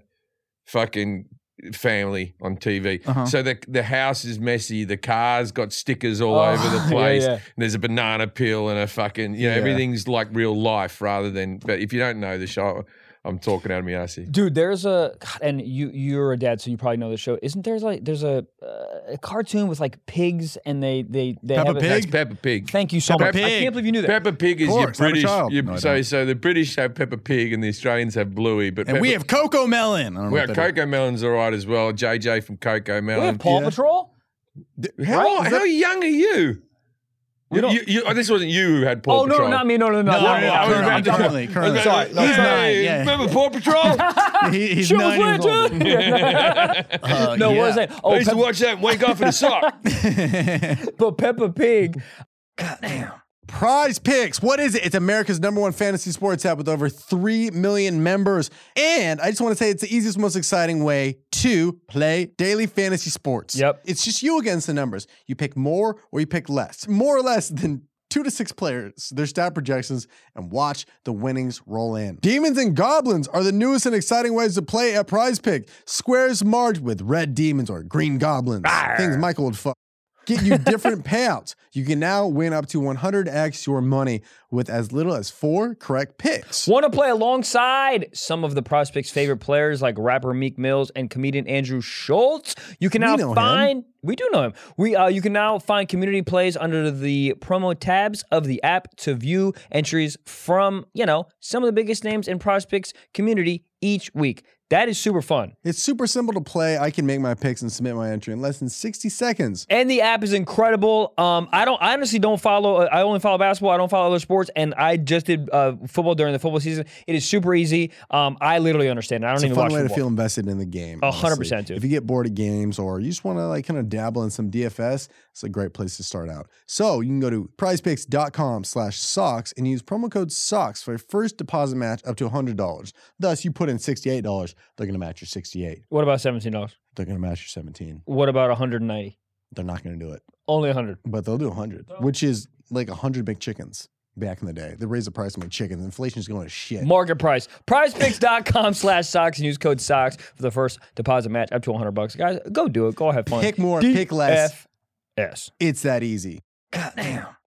fucking family on TV.
Uh-huh.
So the the house is messy, the car's got stickers all
Oh,
over the
yeah,
place.
yeah.
There's a banana peel and a fucking you know
Yeah.
everything's like real life rather than. But if you don't know the show, I'm talking out of my ass. here.
Dude, there's a God, and you you're a dad, so you probably know the show. Isn't there's like there's a, uh, a cartoon with like pigs and they they they
Peppa
have a-
Pig?
That's Peppa Pig.
Thank you so
Peppa
much. I
Pig.
can't believe you knew that.
Peppa Pig is
course, I'm a
your British.
child.
your-
No, I
so
don't.
so the British have Peppa Pig and the Australians have Bluey, but
and
Peppa
we have Coco Melon. I don't know
Well,
what that is.
Coco Melon's all right as well. JJ from Coco
we have
Melon.
Paw
Yeah.
Patrol.
How,
right?
how young are you? You,
don't-
you, oh, this wasn't you who had Paw
Oh
Patrol.
no, not me. No, no, no.
No,
not
no,
me,
no,
not me,
no,
not me.
no, Currently, currently.
Sorry,
No, he's nine, yeah.
remember Paw Patrol?
He- he's
She was
nine years old.
weird, too.
Uh,
No,
yeah.
what was that?
I
Oh,
used to
Peppa,
watch that and wake up in a sock.
but Peppa Pig.
Prize Picks. What is it? It's America's number one fantasy sports app with over 3 million members. And I just want to say it's the easiest, most exciting way to play daily fantasy sports.
Yep.
It's just you against the numbers. You pick more or you pick less. More or less than two to six players, their stat projections, and watch the winnings roll in. Demons and Goblins are the newest and exciting ways to play at Prize Pick. Squares marked with red demons or green goblins. Things Michael would fuck get you different payouts. You can now win up to 100x your money with as little as four correct picks.
Want to play alongside some of the prospect's favorite players like rapper Meek Mills and comedian Andrew Schultz? You can now
know him.
find we do know him. We uh, you can now find community plays under the promo tabs of the app to view entries from you know some of the biggest names in prospects community each week. That is super fun.
It's super simple to play. I can make my picks and submit my entry in less than 60 seconds.
and the app is incredible. Um, I don't I honestly don't follow. uh, I only follow basketball. I don't follow other sports, and I just did uh, football during the football season. It is super easy. Um, I literally understand. it. I don't
It's a
even
fun
watch
way to
football.
feel invested in the game.
A hundred
honestly.
percent, dude.
If you get bored of games or you just want to like kind of dabble in some DFS, it's a great place to start out. So you can go to prizepicks.com slash socks and use promo code socks for your first deposit match up to $100. Thus, you put in $68, they're going to match your 68.
What about seventeen dollars?
They're going to match your 17.
What about one hundred and ninety?
They're not going to do it.
Only hundred.
But they'll do 100, which is like 100 McChickens back in the day. They raised the price of McChickens. Inflation's going to shit.
Market price. Prizepicks.com slash socks and use code socks for the first deposit match up to 100 bucks. Guys, go do it. Go have fun.
Pick more, pick less.
DFS.
It's that easy.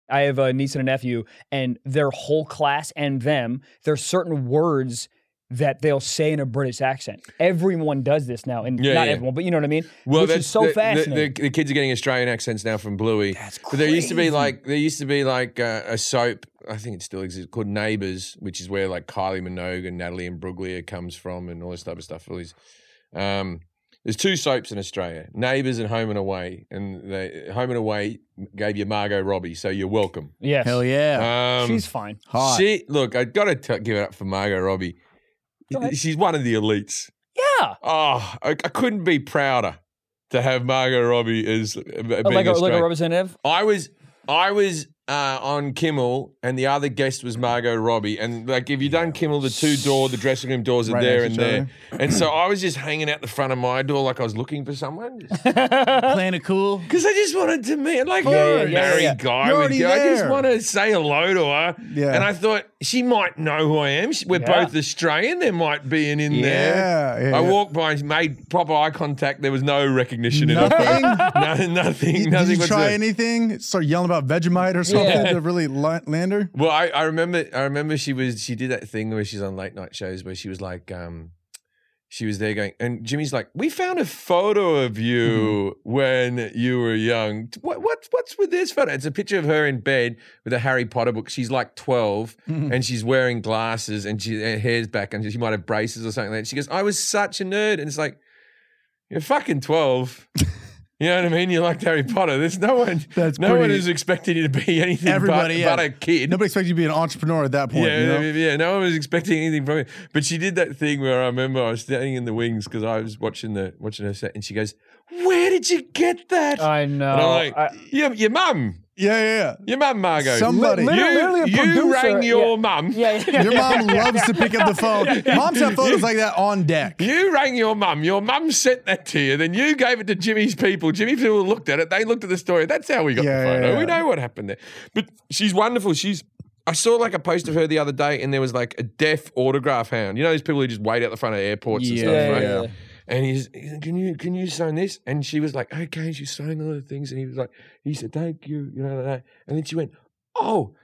I have a niece and a nephew, and their whole class and them, there's certain words that they'll say in a British accent. Everyone does this now, and
Yeah,
not
yeah.
everyone, but you know what I mean.
Well,
Which
that's
is so
the- the-
fascinating.
The, the kids are getting Australian accents now from Bluey.
That's
But there used to be
crazy.
like there used to be like uh, a soap. I think it still exists called Neighbours, which is where like Kylie Minogue and Natalie and Bruglia comes from, and all this type of stuff. All these, um, There's two soaps in Australia: Neighbours and Home and Away. And they, Home and Away gave you Margot Robbie, so you're welcome.
Yes.
Hell yeah.
Um,
She's fine.
Hot.
She look, I gotta t- give it up for Margot Robbie.
Go ahead.
She's one of the elites.
Yeah.
Oh, I, I couldn't be prouder to have Margot Robbie as uh, being
Oh, like, a, like a
Australian.
representative.
I was I was uh, on Kimmel, and the other guest was Margot Robbie. And like, if you done Kimmel, the two door, the dressing room doors are
Right
there and
next to each
there. And so I was just hanging out the front of my door, like I was looking for someone,
Playing it cool.
because I just wanted to meet. Like,
yeah,
you're a
yeah,
married
yeah.
guy
You're
with
already
you. I just
there.
want to say hello to her.
Yeah.
And I thought she might know who I am. She- We're
Yeah.
both Australian. There might be an in there.
Yeah. yeah,
I
yeah.
walked by, made proper eye contact. There was no recognition in it.
Nothing.
No, nothing,
Did-
nothing.
Did you try
whatsoever.
anything? Start yelling about Vegemite or something
Yeah.
to really la- land her?
Well, I, I remember I remember she was she did that thing where she's on late night shows where she was like um she was there going and Jimmy's like we found a photo of you
Mm-hmm.
when you were young. What what what's with this photo? It's a picture of her in bed with a Harry Potter book. She's like 12
Mm-hmm.
and she's wearing glasses and she her hair's back and she might have braces or something like that. She goes, "I was such a nerd." And it's like you're fucking 12. You know what I mean? You liked Harry Potter. There's no one.
That's
no one
pretty-
is expecting you to be anything but-
Everybody,
but,
yeah.
a kid.
Nobody expects you to be an entrepreneur at that point.
Yeah,
you know?
yeah, yeah, no one was expecting anything from it. But she did that thing where I remember I was standing in the wings because I was watching the watching her set, and she goes, "Where did you get that?"
I know.
and I'm like,
I-
"Your your mum,
yeah,
your mum, Margot.
Somebody-
you,
Literally- literally a
you
producer,
rang your
yeah.
mum.
yeah,
yeah.
yeah.
Your mom loves to pick up the phone. Moms have photos like that on deck.
You rang your mum. Your mum sent that to you. Then you gave it to Jimmy's people. Jimmy's people looked at it. They looked at the story. That's how we got
Yeah,
the
yeah,
photo.
yeah.
We know what happened there. But she's wonderful. She's. I saw like a post of her the other day, and there was like a deaf autograph hound. You know those people who just wait out the front of airports and
Yeah,
stuff, right?
yeah.
And he's, can you can you sign this? And she was like, okay. She signed all the things, and he was like, he said, thank you, you know like that. And then she went, oh,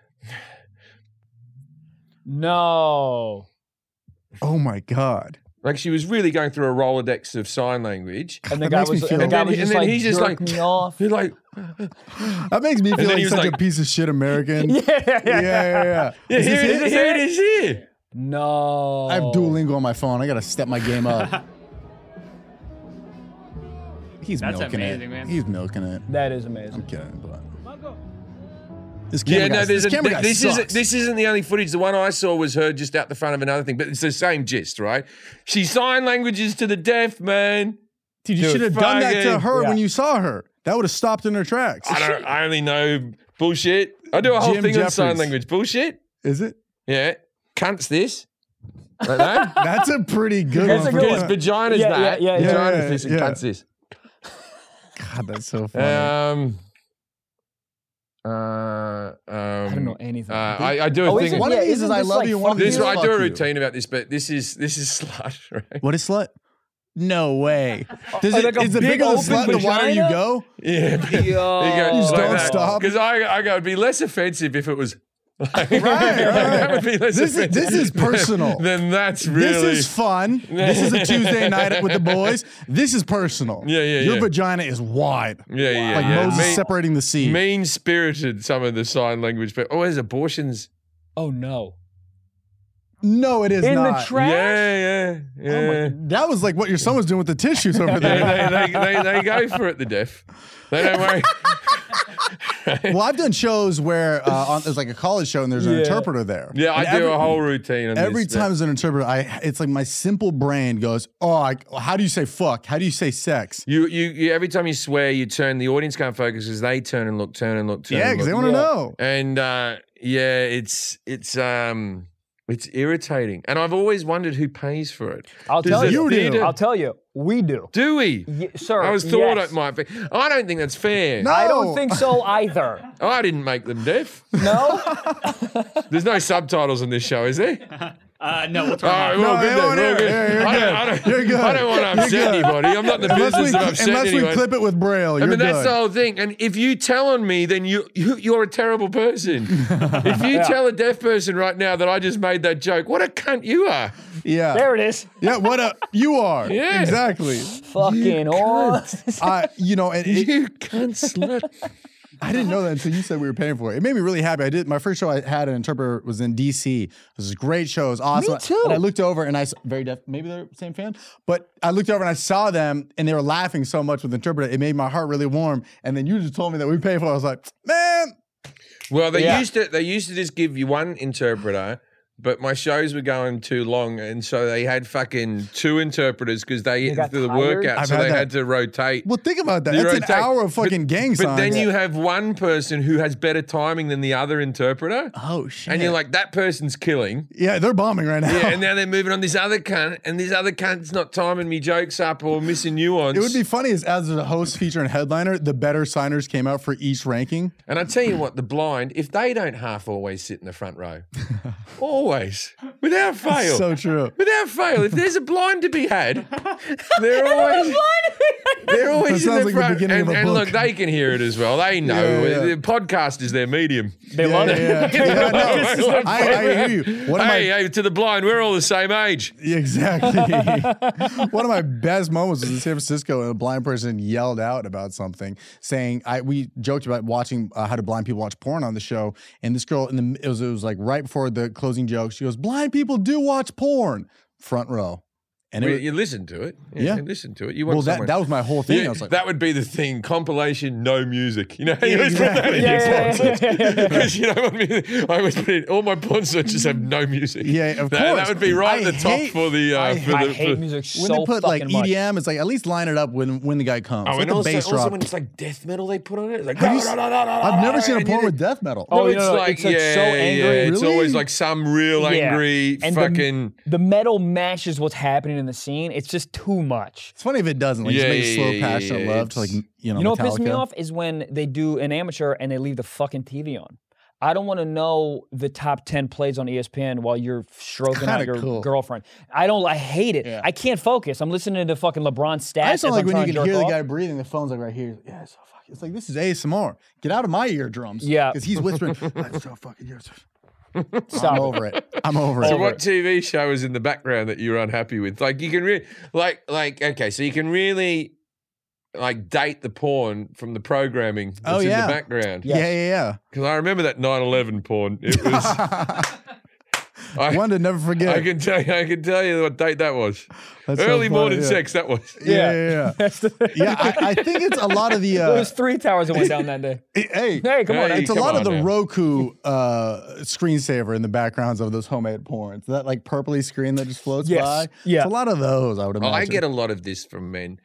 No.
Oh my god.
like she was really going through a rolodex of sign language.
And
That
the guy
makes me feel-
was, and the
And
guy
then-
was
and
just
then
like,
he's just
jerk
like-
me off.
You're like,
That makes me feel
then
like
he was
such a
like-
piece of shit American.
yeah,
yeah,
yeah,
yeah,
yeah.
yeah.
yeah,
Is
here,
this
it
it?
is- here it is here.
No.
I
Oh.
have Duolingo on my phone. I gotta step my game up. He's
That's
milking it.
amazing, man.
He's milking it.
That is amazing.
I'm kidding, but this camera
Yeah,
guy,
no, there's
this
a,
camera
th-
guy
this isn't
sucks.
this isn't the only footage. The one I saw was her just out the front of another thing, but it's the same gist, right? She sign languages to the deaf man.
Dude, you
Dude,
should have done that to
fucking-
her when
Yeah.
you saw her. That would have stopped in her tracks.
I don't. I only know bullshit. I do a whole
Jim
thing on sign
Jeffries.
language. Bullshit.
Is it?
Yeah, cunts this. Like that.
That's a pretty good
That's
one.
a good
Because
for-
one.
vagina's
Yeah,
that.
yeah, yeah, yeah.
vagina's
Yeah,
this and
yeah.
cunts this.
God, that's so funny.
Um. Uh, um, I
I don't know
Uh,
anything.
I, I do a
Oh, is
thing.
it-
one
yeah,
of these
is
is,
it
I
just
love
like
you. One of
fucking-
This
these is
is, I
fuck
do a
you.
routine about this, but this is this is slut, right?
What is slut? No way. Does
Oh,
it,
like a
is the
big
bigger the
open
slut, the wider you
vagina?
go?
Yeah. but-
Yo.
Just don't stop.
Because I, I go, it'd be less offensive if it was. Like,
right.
That would be less
This is-
offensive.
this is
Then-
personal.
then that's really.
This is fun. this is a Tuesday night with the boys. This is personal.
Yeah, yeah,
Your
yeah.
vagina is wide.
yeah, yeah,
Like
yeah.
Moses
mean,
separating the sea.
mean-spirited. Some of the sign language, but oh, there's abortions.
Oh no.
No, it is
In
not.
the Oh trash.
Yeah, yeah,
Oh
yeah.
that was like what your son was doing with the tissues over there.
yeah they, they, they, they go for it. The deaf. They don't worry.
Well, I've done shows where uh, on, there's like a college show and there's an
Yeah.
interpreter there.
Yeah, I
And
do
every-
a whole routine. On
Every
this,
time there's an interpreter, I it's like my simple brain goes, oh, I, how do you say fuck? How do you say sex?
You, you, you, every time you swear, you turn. The audience can't focus because they turn and look, turn and look, turn.
Yeah,
and
because
look.
they want to
Yeah.
know.
and uh, yeah, it's it's um it's irritating, and I've always wondered who pays for it.
I'll
Does
tell
the
you.
You do.
theatre-
I'll tell you. We do.
do we?
Ye- sir.
I was thought
yes.
it might be. I don't think that's fair.
No.
I don't think so either.
I didn't make them deaf.
No.
There's no subtitles on this show, is there?
Uh, no, what's
All
wrong?
right, we're all
No,
good.
they
Then.
won't
We're all
hear.
good.
Yeah, you're
I don't,
good.
I don't,
You're good.
I don't want to upset
good.
anybody. I'm not in the
Unless, we,
business of upsetting
unless we
anyone.
clip it with braille, you're
I mean, that's
good.
the whole thing. And if you tell on me, then you, you you're a terrible person. if you tell a deaf person right now that I just made that joke, what a cunt you are!
yeah,
there it is.
yeah. What up? You are
Yeah.
exactly.
Fucking on.
I, you know, and it,
You cunt slut.
I didn't know that until you said we were paying for it. It made me really happy. I did my first show I had an interpreter was in DC. It was a great show. It was awesome.
too.
And I looked over and I s- very deaf. Maybe they're the same fan, but I looked over and I saw them and they were laughing so much with the interpreter. It made my heart really warm. And then you just told me that we paid for. it. I was like, man,
Well, they
Yeah.
used to they used to just give you one interpreter, but my shows were going too long, and so they had fucking two interpreters because they
got
through the
tired?
workout,
I've
so
had
they
that.
had to rotate.
well, think about that.
They
That's an
rotate.
hour of fucking
but,
gang
But
signs.
then you have one person who has better timing than the other interpreter,
oh shit,
and you're like, that person's killing.
yeah, they're bombing right now.
Yeah, and now they're moving on this other cunt, and this other cunt's not timing me jokes up or missing nuance.
it would be funny as, as a host, feature, and headliner, the better signers came out for each ranking.
And I tell you what, the blind, if they don't half always sit in the front row, always, without fail.
So true.
Without fail, if there's a blind to be had, they're always they're always
That
in the
sounds like the
front.
beginning
and,
of a
and look,
book.
they can hear it as well. They know
Yeah, yeah.
the podcast is their medium.
They love it.
yeah, yeah. Yeah, no,
This is the-
I, I hear you. One of my
hey, hey, to the blind, we're all the same age.
Yeah, exactly. One of my best moments was in San Francisco, and a blind person yelled out about something, saying, "I." We joked about watching uh, how do blind people watch porn on the show, and this girl, in the it was it was like right before the closing joke, she goes, "Blind people do watch porn." Front row, and it
Well,
was,
you listen to it.
Yeah.
you listen to it. You want
well, that
someone-
that was my whole thing.
Yeah,
I was like,
that would be the thing. Compilation, no music. You know, you
Yeah,
always put that in your
exactly. Yeah,
porn
yeah, yeah, yeah, yeah.
Because you know what I mean. I always put in all my porn searches have no music.
Yeah,
that,
of
That
course.
would be right
I
at the top
hate-
for the. Uh,
I
for
I
the,
hate
for,
music so
when they put like E
fucking much.
EDM, it's like at least line it up when when the guy comes.
Oh,
Let
and
the
also,
bass
also
drop.
when it's like death metal, they put on it. Like,
Have you s- I've never seen a
and you
porn with
think-
death metal.
Oh,
No,
you
it's
know,
like
it's,
yeah,
like, so angry.
yeah. It's
Really?
always like some real
Yeah.
angry
And the-
fucking.
the metal matches what's happening in the scene. It's just too much.
It's funny if it doesn't. Like,
Yeah,
just make
yeah,
slow,
yeah,
passionate
yeah,
love to like
it's-
you know.
You know what pisses me
Metallica.
off is when they do an amateur and they leave the fucking TV on. I don't want to know the top ten plays on E ESPN while you're stroking out
kinda
your
cool.
girlfriend. I don't. I hate it.
Yeah.
I can't focus. I'm listening to fucking
I
LeBron stats.
just don't
as
like
I'm
when
trying
you
to
can hear
jerk
the
off.
guy breathing. The phone's like right here. Yeah, it's so fucking. It's like this is ASMR. Get out of my eardrums.
Yeah.
because he's whispering. That's so fucking. yours."
Stop
I'm
it.
over it. I'm over
So
it.
what TV show is in the background that you're unhappy with? Like you can really like like okay, so you can really like date the porn from the programming that's
Oh, yeah.
in the background.
Yeah, yeah,
Because I remember that 9-11 porn. It was
yeah.
I,
One to never
I
forget.
can tell you I can tell you what date that was.
That's so
Early
funny,
morning
yeah.
sex, that was.
Yeah, yeah, yeah.
That's the.
Yeah, I, I think it's a lot of the.
It
Uh,
was three towers that went down that day.
hey,
Hey, come on.
Hey,
it's a
come
lot
on
of the
now.
Roku uh, screensaver in the backgrounds of those homemade porns. That like purpley screen that just floats
Yes.
by.
Yeah.
it's a lot of those. I would
Oh,
imagine.
I get a lot of this from men.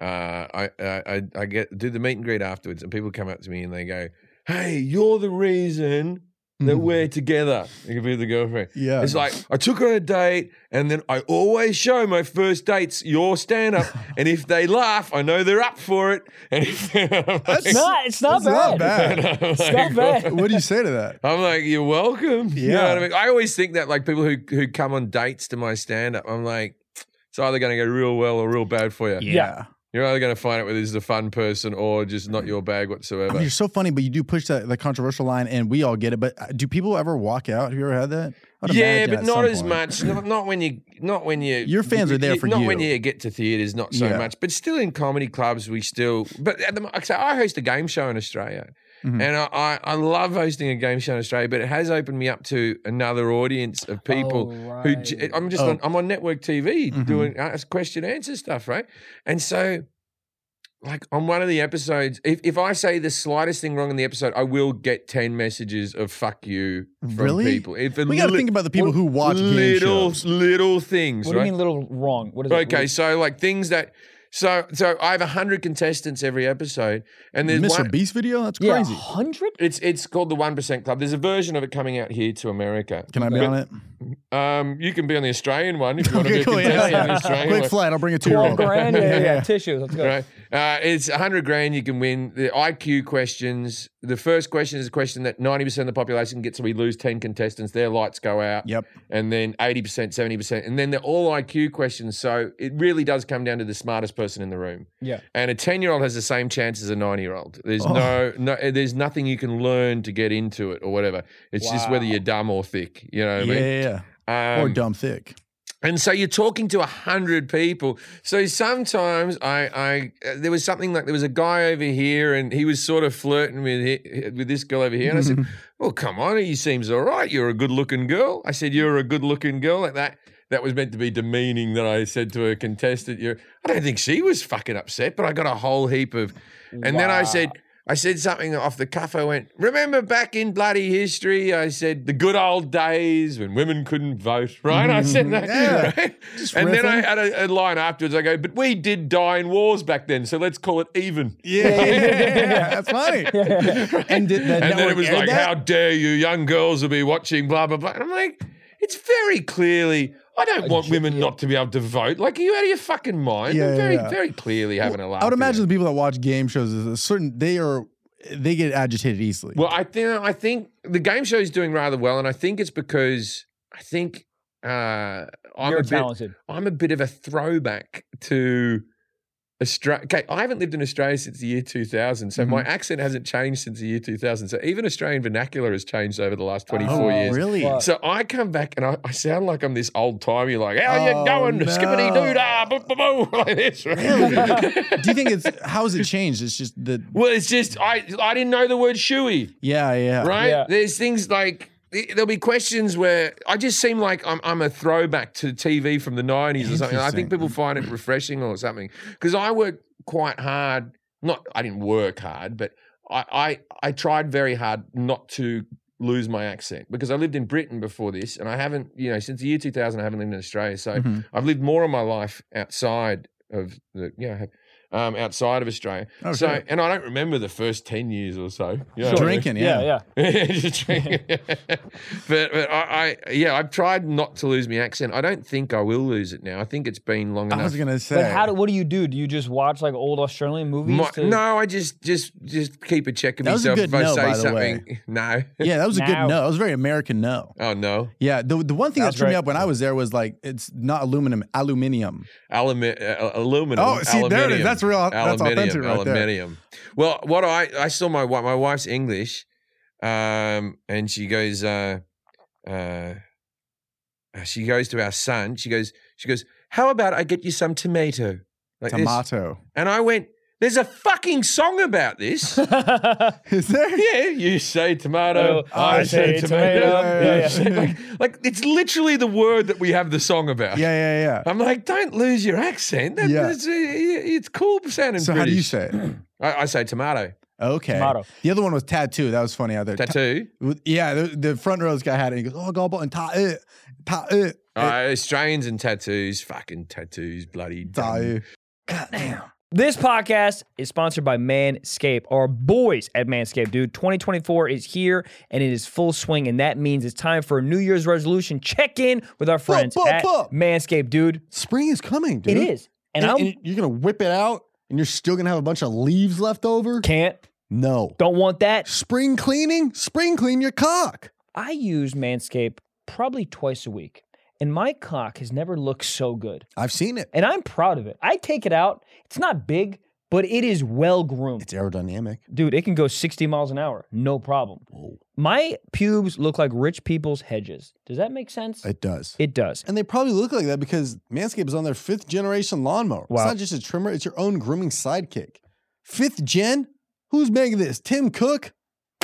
Uh, I, I I I get do the meet and greet afterwards, and people come up to me and they go, "Hey, you're the reason that
Mhm.
we're together." It could be the girlfriend.
Yeah.
it's like I took her on a date, and then I always show my first dates your stand up, and if they laugh, I know they're up for it. And if
That's
No, it's not
It's not bad.
And I'm
It's not bad.
What do you say to that?
I'm like, you're welcome. You know
Yeah.
what I mean? I always think that like people who who come on dates to my stand up, I'm like, it's either going to go real well or real bad for you.
Yeah.
You're either going to find out whether this is a fun person or just not your bag
I
whatsoever.
mean, you're so funny, but you do push that the controversial line, and we all get it. But uh, do people ever walk out? Have you ever had that? I would
yeah,
imagine
but
at
not
some
as
point.
much. Not, not when you. Not when you.
Your fans are there for
not
you.
when you get to theaters, not so
Yeah.
much. But still in comedy clubs, we still. But at the, mo- so I host a game show in Australia,
Mhm.
and I, I I love hosting a game show in Australia. But it has opened me up to another audience of people who j- I'm just
Oh.
on, I'm on network TV
Mhm.
doing uh, ask question answer stuff, right? And so, like on one of the episodes, if, if I say the slightest thing wrong in the episode, I will get ten messages of "fuck you" from
Really?
people. If a
We got to
li-
think about the people who watch game
little
shows.
little things,
What do
right?
you mean, little wrong? What is it?
Okay, so like things that so so I have hundred contestants every episode, and there's
Mr.
one.
Beast video? That's
Yeah,
crazy.
hundred.
It's it's called the One Percent Club. There's a version of it coming out here to America.
Can I be
But,
on it?
Um, you can be on the Australian one if you want to be a
cool, yeah,
contestant on
yeah.
the Australian
Quick
one.
flight. I'll bring a
Twelve
two-year-old.
grand. Yeah, yeah, yeah. Tissues. Let's go.
Right. Uh, it's 100 grand you can win. The IQ questions. The first question is a question that 90% of the population gets. So we lose 10 contestants. Their lights go out.
Yep.
And then 80%, 70%. And then they're all IQ questions. So it really does come down to the smartest person in the room.
Yeah.
And a 10 year old has the same chance as a 9 year old. There's
Oh.
no, no, there's nothing you can learn to get into it or whatever. It's just whether
Wow.
you're dumb or thick. You know
Yeah,
what
yeah,
I
yeah.
mean?
Or
Um,
dumb thick.
And so you're talking to a hundred people. So sometimes I, I, uh, there was something like there was a guy over here, and he was sort of flirting with hi- with this girl over here. And I said, "Well, come on, he seems all right. You're a good-looking girl." I said, "You're a good-looking girl." Like that. That was meant to be demeaning. That I said to a contestant, "You're." I don't think she was fucking upset, but I got a whole heap of. And then I said, I said something off the cuff. I went, remember back in bloody history, I said the good old days when women couldn't vote, right? I said that.
Yeah.
right?
Just
And then I
riffing.
had a, a line afterwards. I go, but we did die in wars back then, so let's call it even.
Yeah, that's funny. And did the
And then
network
it was
air
like,
that?
how dare you, young girls will be watching, blah, blah, blah. And I'm like, it's very clearly. I don't want women not to be able to vote. Like, are you out of your fucking mind?
Uh, Yeah,
We're
yeah,
very,
yeah.
very clearly having a laugh.
I would
here.
imagine the people that watch game shows is a certain they are they get agitated easily.
Well, I think I think the game show is doing rather well, and I think it's because I think uh, I'm
You're
a bit,
talented.
I'm a bit of a throwback to Australia. Okay, I haven't lived in Australia since the year 2000, so
Mm-hmm.
my accent hasn't changed since the year 2000. So even Australian vernacular has changed over the last 24
oh,
years.
really?
Wow.
So I come back and I, I sound like I'm this old timey, like, how
Oh,
you going?
no.
Skippity doo dah, boop, boop, boop, like this. right?
Do you think it's how has it changed? It's just the
well, it's just, I, I didn't know the word shoey.
yeah, yeah.
right?
Yeah.
There's things like there'll be questions where I just seem like I'm I'm a throwback to TV from the '90s or something. I
Interesting.
think people find it refreshing or something because I work quite hard. Not I didn't work hard, but I, I I tried very hard not to lose my accent because I lived in Britain before this, and I haven't you know since the year 2000 I haven't lived in Australia, so
Mhm.
I've lived more of my life outside of the you know. Um, outside of Australia,
Oh,
so
sure.
and I don't remember the first ten years or so. You know what I mean?
Drinking, yeah.
Yeah, yeah.
Just drink. but but I, I yeah I've tried not to lose my accent. I don't think I will lose it now. I think it's been long
I
enough.
was gonna say
But how do? What do you do? Do you just watch like old Australian movies?
My-
to-
no, I just just just keep a check of
That was a
myself
good
if I
no,
say
by the
something. No.
Yeah, that was a
Now.
good no. That was a very American no.
Oh no.
Yeah, the the one thing that,
That's
threw me
right.
up when I was there was like it's not aluminum, aluminium.
Alumi- uh, aluminum.
Oh, see, there it is.
aluminium,
That's real- that's
aluminium,
authentic right there.
aluminium. Well, what I I saw my wife. My wife's English, um, and she goes, uh, uh, she goes to our son. She goes, she goes. How about I get you some tomato? Like this.
Tomato.
And I went, there's a fucking song about this.
Is there?
yeah, you say tomato,
Oh, I say tomato.
you
Yeah, yeah.
say- like, like, it's literally the word that we have the song about.
Yeah, yeah, yeah.
I'm like, don't lose your accent. That,
Yeah.
that's, uh, it's cool sounding
So
British.
how do you say it?
I, I say tomato.
Okay.
Tomato.
The other one was tattoo. That was funny out there.
Tattoo.
With- Yeah, the, the front rows guy had it. He goes, "Oh, gobble and ta uh, ta uh, uh,
Uh, Australians and tattoos, fucking tattoos, bloody.
ta
dumb.
uh." God damn.
This podcast is sponsored by Manscaped, our boys at Manscaped, dude. 2024 is here and it is full swing, and that means it's time for a New Year's resolution. Check in with our friends
buh,
at
buh.
Manscaped, dude.
Spring is coming, dude.
It is. And,
And,
I
and you're gonna whip it out, and you're still gonna have a bunch of leaves left over.
can't,
No.
don't want that.
Spring cleaning. Spring clean your cock.
I use Manscaped probably twice a week, and my cock has never looked so good.
I've seen it.
And I'm proud of it. I take it out. It's not big, but it is well groomed.
It's aerodynamic.
Dude, it can go 60 miles an hour, no problem.
Whoa.
My pubes look like rich people's hedges. Does that make sense?
It does.
It does.
And they probably look like that because Manscaped is on their fifth generation lawnmower.
Wow.
It's not just a trimmer, it's your own grooming sidekick. Fifth gen? Who's making this? Tim Cook?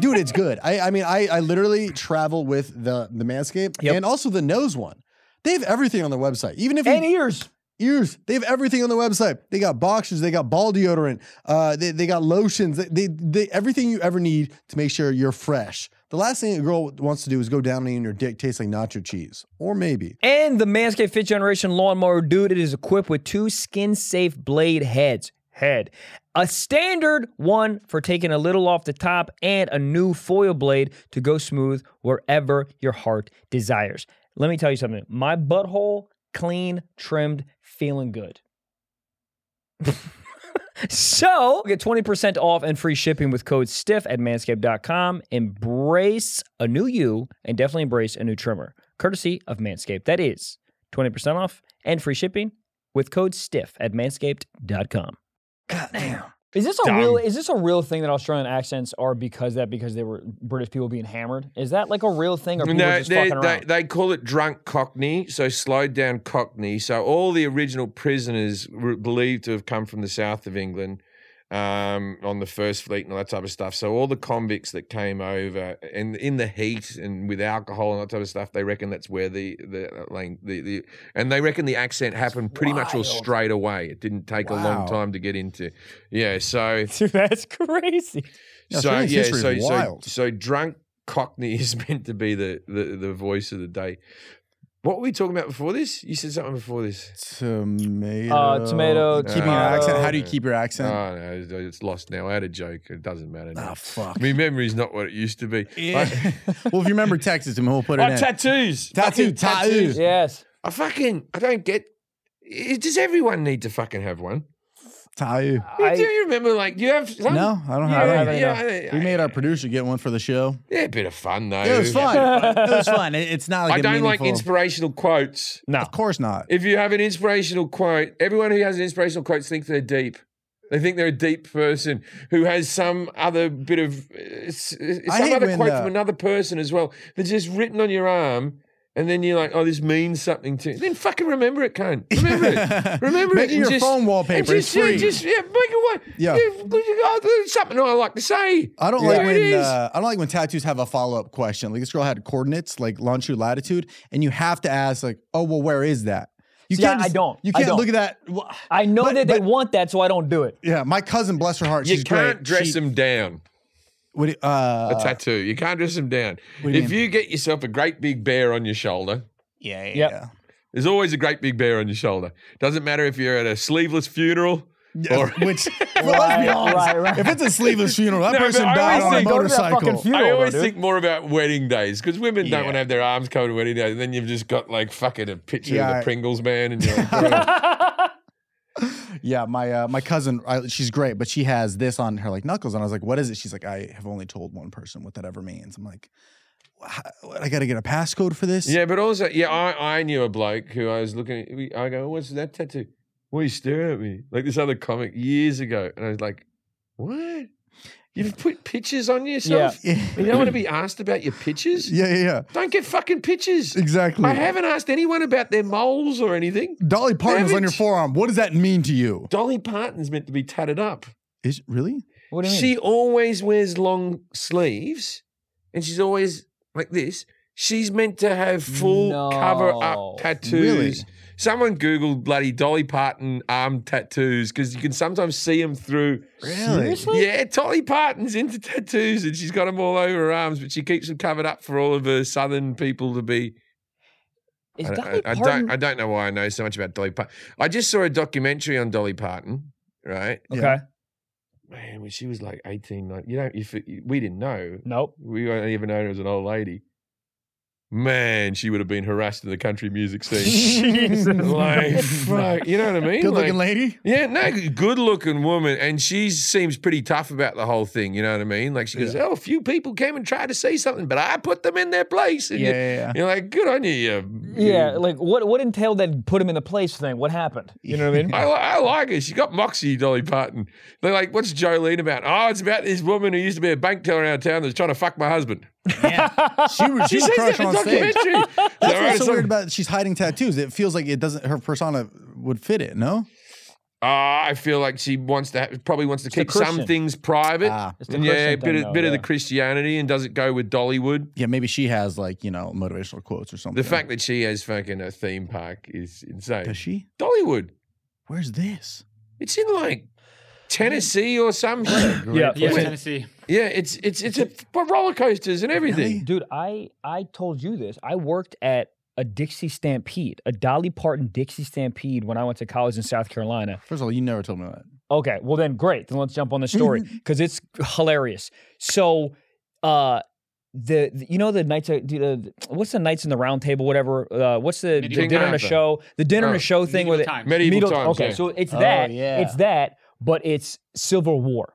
Dude, it's good. I, I mean, I, I literally travel with the, the Manscaped
Yep.
and also the nose one. They have everything on their website. Even if you
And ears.
ears. They have everything on their website. They got boxers, they got ball deodorant, uh, they, they got lotions, they, they, they everything you ever need to make sure you're fresh. The last thing a girl wants to do is go down and your dick tastes like nacho cheese, or maybe.
And the Manscaped Fifth Generation Lawnmower Dude, it is equipped with two skin safe blade heads. Head. A standard one for taking a little off the top and a new foil blade to go smooth wherever your heart desires. Let me tell you something. My butthole, clean, trimmed, feeling good. So get 20% off and free shipping with code STIFF at manscaped.com. Embrace a new you and definitely embrace a new trimmer, courtesy of Manscaped. That is 20% off and free shipping with code STIFF at manscaped.com. God damn. Is this a
Dumb.
real? Is this a real thing that Australian accents are because that because they were British people being hammered? Is that like a real thing, or people
No,
just
they,
fucking
they,
around?
they call it drunk cockney, so slowed down cockney. So all the original prisoners were believed to have come from the south of England um, on the First Fleet and all that type of stuff. So all the convicts that came over and in the heat and with alcohol and that type of stuff, they reckon that's where the the like the, the and they reckon the accent happened pretty much all
wild.
straight away. It didn't take a
Wow.
long time to get into. Yeah, so
Dude, that's crazy.
Yeah,
so
Australian
yeah,
history
so,
is
so
wild.
so drunk Cockney is meant to be the, the the voice of the day. What were we talking about before this? You said something before this.
Tomato.
Uh, tomato,
Keeping your accent.
tomato.
How do you keep your
Oh
accent?
no, it's- it's lost now. I had a joke. It doesn't matter
Ah,
now.
fuck.
My memory's not what it used to be.
Yeah. well, if you remember Texas, and we'll put it
My
in.
tattoos.
Tattoo,
Fucking
tattoo.
Yes.
I fucking I don't get. i- Does everyone need to fucking have one?
Tattoo.
I-
do you remember? Like, do you have? Some?
No, I don't
You
have
don't
any.
yeah, I-
We
I-
made our producer get one for the show.
Yeah, a bit of fun though.
It was fun. it was fun. It- It's not like
I
a
don't like
meaningful-
inspirational quotes.
No.
Of course not.
If you have an inspirational quote, everyone who has an inspirational quote thinks they're deep. They think they're a deep person who has some other bit of uh, s- uh,
I
some
hate
other
when,
quote
uh,
from another person as well. That's just written on your arm, and then you're like, "Oh, this means something to." you." Then fucking remember it, cunt. Remember it. Remember
Making
it. and
your
just-
phone wallpaper,
and Just,
it's free.
Yeah, just yeah, make it one.
Yeah.
oh, there's something I like to say.
I don't
Yeah.
like
There it
when
is.
uh, I don't like when tattoos have a follow up question. Like this girl had coordinates, like longitude, latitude, and you have to ask, like, oh well, where is that? You
See, I- I
just-
don't.
You
I
can't
don't.
look at that. Wha-
I know
But-
that they
but-
want that, so I don't do it.
Yeah, my cousin, bless her heart,
you
she's
can't
great.
dress
she,
them down.
What do you-
A
uh,
tattoo. You can't dress them down.
do you
If
mean?
you get yourself a great big bear on your shoulder,
yeah, yeah,
Yep.
yeah.
There's always a great big bear on your shoulder. Doesn't matter if you're at a sleeveless funeral.
Yeah,
Or-
Which, well, let's be
Right,
honest,
right, right.
if it's a sleeveless funeral, that
No, but
person
I
died
always
on a
think,
go to that fucking
motorcycle.
funeral.
I always
though, dude.
think more about wedding days because women
Yeah.
don't want to have their arms covered in wedding days. And then you've just got like fucking a picture
Yeah,
of
I-
the Pringles man and you're like, "Oh."
Yeah, my uh, my cousin, I, she's great, but she has this on her like knuckles, and I was like, "What is it?" She's like, "I have only told one person what that ever means." I'm like, "Wha- "I got to get a passcode for this."
yeah, but also, yeah, I, I knew a bloke who I was looking at. we- I go, "Oh, what's that tattoo? Why are you staring at me? Like this other comic years ago. And I was like, what? You've put pictures on yourself?
yeah,
You don't want to be asked about your pictures?
yeah, yeah.
Don't get fucking pictures.
Exactly.
I haven't asked anyone about their moles or anything.
Dolly Parton's on your
Damage.
forearm. What does that mean to you?
Dolly Parton's meant to be tatted up.
Is really?
What do you mean?
She always wears long sleeves and she's always like this. She's meant to have full cover
No.
up tattoos.
Really?
Someone Googled bloody Dolly Parton arm tattoos because you can sometimes see them through.
Seriously?
Yeah, Dolly Parton's into tattoos and she's got them all over her arms, but she keeps them covered up for all of her southern people to be.
Is
I-
Dolly
I, I
Parton-
don't. I don't know why I know so much about Dolly Parton. I just saw a documentary on Dolly Parton, right?
okay.
man, when she was like 18, like, you know, if it, we didn't know,
Nope.
we don't even know it was an old lady. Man, she would have been harassed in the country music scene. like, fuck, you know what I mean?
Good looking
Like,
lady.
yeah, no, good looking woman. And she seems pretty tough about the whole thing. You know what I mean? Like, she goes, Oh, a few people came and tried to say something, but I put them in their place. And
Yeah,
you-
yeah, yeah.
you're like, Good on you. you-
Yeah,
you-
like what what entailed that put him in the place thing? What happened? You know what I mean?
I, li- I like her. She got moxie, Dolly Parton. They're like, what's Jolene about? Oh, it's about this woman who used to be a bank teller out of town that's trying to fuck my husband.
She,
Oh,
was- she
She
was
says that
crush
in the
on stage.
documentary.
That's
They wrote
what's so
some-
weird about she's hiding tattoos. It feels like it doesn't. Her persona would fit it. No.
Ah, I feel like she wants to ha- probably wants to
the
keep some
Christian.
things private.
Ah.
It's the
yeah,
Christian
a bit
thing,
of
though,
bit of the
yeah.
Christianity and doesn't go with Dollywood.
Yeah, maybe she has like you know motivational quotes or something.
The fact that she has fucking a theme park is insane.
does she?
Dollywood.
Where's this?
It's in like Tennessee or some shit.
Yeah.
Yeah,
Wait.
Tennessee.
yeah, it's it's it's a f- roller coasters and everything.
Dude, I I told you this. I worked at a Dixie Stampede, a Dolly Parton Dixie Stampede when I went to college in South Carolina.
First of all, you never told me that.
Okay, well then great. Then let's jump on the story because it's hilarious. So, uh, the, the- you know the nights uh, do the what's the nights in the round table whatever uh, what's the, the
Medieval
dinner and a
times.
show the dinner and
Oh,
a show thing where
Medieval
they,
times.
Medieval
Middle-
times.
Okay,
yeah.
so it's
Oh,
that.
yeah.
It's that, but it's Civil War.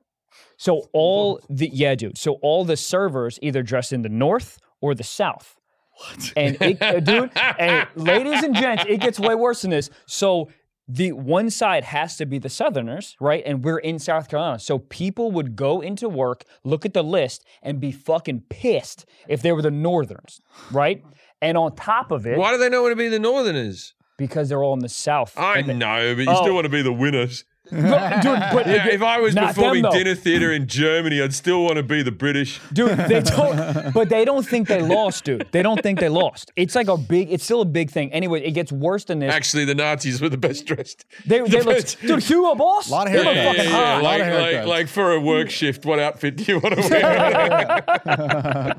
So all the yeah, dude. So all the servers either dress in the North or the South. What? And it, uh, dude, and ladies and gents, it gets way worse than this. So the one side has to be the Southerners, right? And we're in South Carolina. So people would go into work, look at the list, and be fucking pissed if they were the Northerns, right? And on top of it,
Why do they not want to be the Northerners?
because they're all in the South.
I
and the-
know, but you
Oh.
still want to be the winners.
But- dude, but
Yeah, if I was
Not them,
performing
though.
dinner theater in Germany, I'd still want to be the British.
dude they don't but they don't think they lost dude they don't think they lost it's like a big it's still a big thing anyway it gets worse than this
Actually, the Nazis were the best dressed.
they, they look, dude hugo boss
Lot of
they look
haircuts.
Yeah, yeah,
fucking hot.
yeah.
A lot
Like,
of
like,
haircuts.
like for a work shift, what outfit do you want to wear?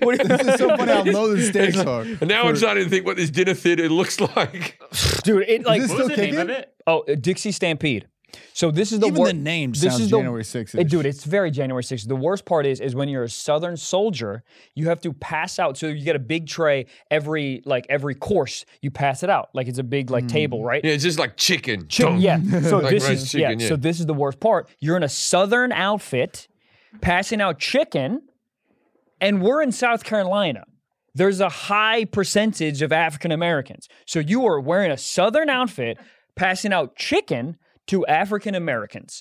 What do you-
It's so funny how low the stakes are.
and now I'm starting to think what this dinner theater looks like.
dude it like
this
What was
Still
the name of
kicking?
it?
oh dixie stampede so this is the
Even
wor-
the name
this
sounds
is the-
January 6th -ish.
It- dude it's very january 6th the worst part is is when you're a southern soldier you have to pass out so you get a big tray every like every course you pass it out like it's a big like
Mm.
table right
Yeah, it's just like chicken.
Chicken,
Dunk.
yeah. So
Like
this
roast
is
chicken,
yeah,
yeah.
So this is the worst part. You're in a southern outfit, passing out chicken, and we're in South Carolina. There's a high percentage of African Americans. So you are wearing a southern outfit, passing out chicken to African Americans.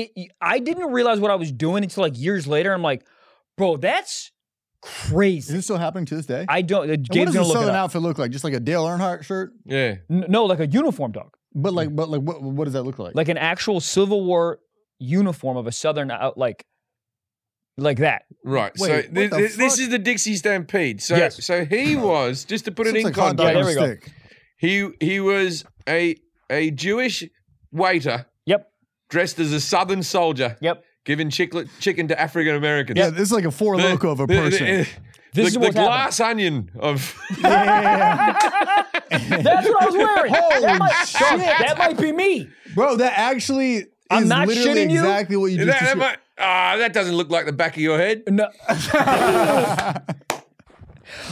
It, I didn't realize what I was doing until like years later. I'm like, bro, that's
Is
crazy.
this still happening to this day?
I don't. uh, Gabe's
And what does
gonna
the
look it
Southern
up.
outfit look like? Just like a Dale Earnhardt shirt,
Yeah.
N- no, like a uniform dog.
but like, but like, what, what does that look like?
like an actual Civil War uniform of a Southern out, like like that.
Right.
Wait,
so
what
thi-
the
thi- this
fuck?
is the Dixie Stampede. So
Yes.
so he was just to put it
This
in
looks like hot
context.
dog
Yeah,
on
there
a
we go.
stick.
He he was a a Jewish waiter
Yep,
dressed as a Southern soldier,
yep.
giving chicklet, chicken to African Americans.
Yeah, this is like a four
The-
loco of a
the- the-
person.
The,
This
the-
is
the
what's
glass onion of
That's what I was wearing. that, might, Sean, that might be me.
Bro, that actually
I'm not
literally
shitting you.
exactly what you
that,
just
that,
descri-
might- ah, that doesn't look like the back of your head.
No,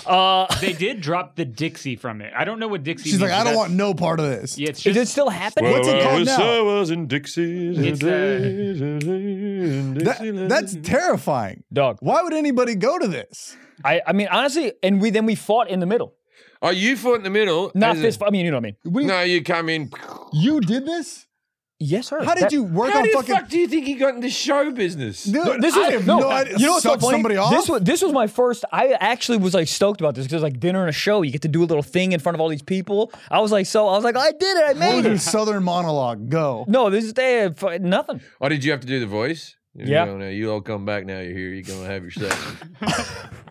Uh,
They did drop the Dixie from it. I don't know what Dixie.
She's like,
means,
I don't
but
want no part of this.
that's- Yeah, it's
is
just
it still happening?
What's it
Well, I
called
was-
now?
I was in Dixie.
It's,
uh,
That- that's terrifying.
Dog.
Why would anybody go to this?
I, I mean, honestly, and we then we fought in the middle.
Are you fought in the middle?
Not
as a-
this. I mean, you know what I mean.
We-
No, you come in.
You did this?
Yes, sir.
How did
That-
you work
How
on
the
fucking?
fuck do you think he got into show business?
Dude,
This
I
is
have
no,
no, idea.
You know what's so
Suck
funny?
somebody off?
This was this was my first. I actually was like stoked about this because like dinner and a show, you get to do a little thing in front of all these people. I was like, so I was like, I did it. I
What was
made
your
it.
southern monologue? Go.
No, this is they have fu- nothing.
Oh, did you have to do the voice? You
Yeah.
know, now you all come back now. You're here. You're gonna have your stuff.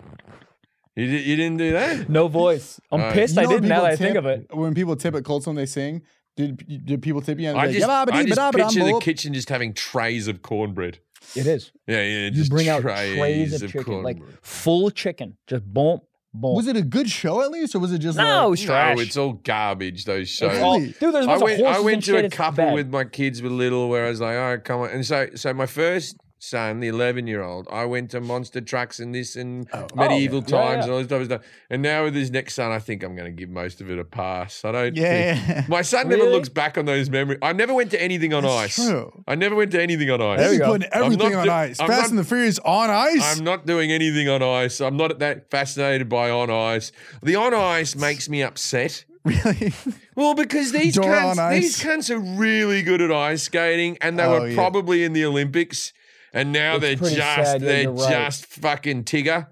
you, di- you didn't do that.
No voice. I'm
Alright.
pissed
You
I
know when
didn't now
people
that I think
tip-
of it.
When people tip at Coldstone, they sing. Did, did people tip you? And
I
they're
just,
like,
I
"Yabba-dee,
just
ba-da-ba-dum,
picture the
boop."
kitchen just having trays of cornbread.
It is.
Yeah, yeah.
You
just
bring out
trays,
trays of chicken, like
cornbread.
full chicken, just boom, boom.
Was it a good show at least, or was it just
no, it
like,
was trash.
no, it's all garbage. Those shows.
It's all-
Really?
dude, there's a
I
bunch
went,
of horses
I went
and
to
shit.
a
it's
couple
bad.
with my kids were little where I was like, oh, come on. And so, so my first son, the 11 year old, I went to Monster Trucks and this and medieval
Oh, yeah.
times
Yeah, yeah.
and all this type of stuff. And now with his next son, I think I'm going to give most of it a pass. I don't.
Yeah,
think-
yeah.
My son never
Really?
looks back on those memories. I never went to anything on
That's
ice.
true.
I never went to anything on ice.
There
you go.
putting everything
not
on
do-
ice.
I'm
Fast
not-
and the Furious on ice.
I'm not doing anything on ice. I'm not that fascinated by on ice. The on ice makes me upset.
really?
Well, because these
Door on
cunts,
ice.
these cunts are really good at ice skating, and they
Oh,
were
yeah.
probably in the Olympics, and now
It's
they're
pretty
just
sad, yeah,
they're
you're right.
just fucking Tigger.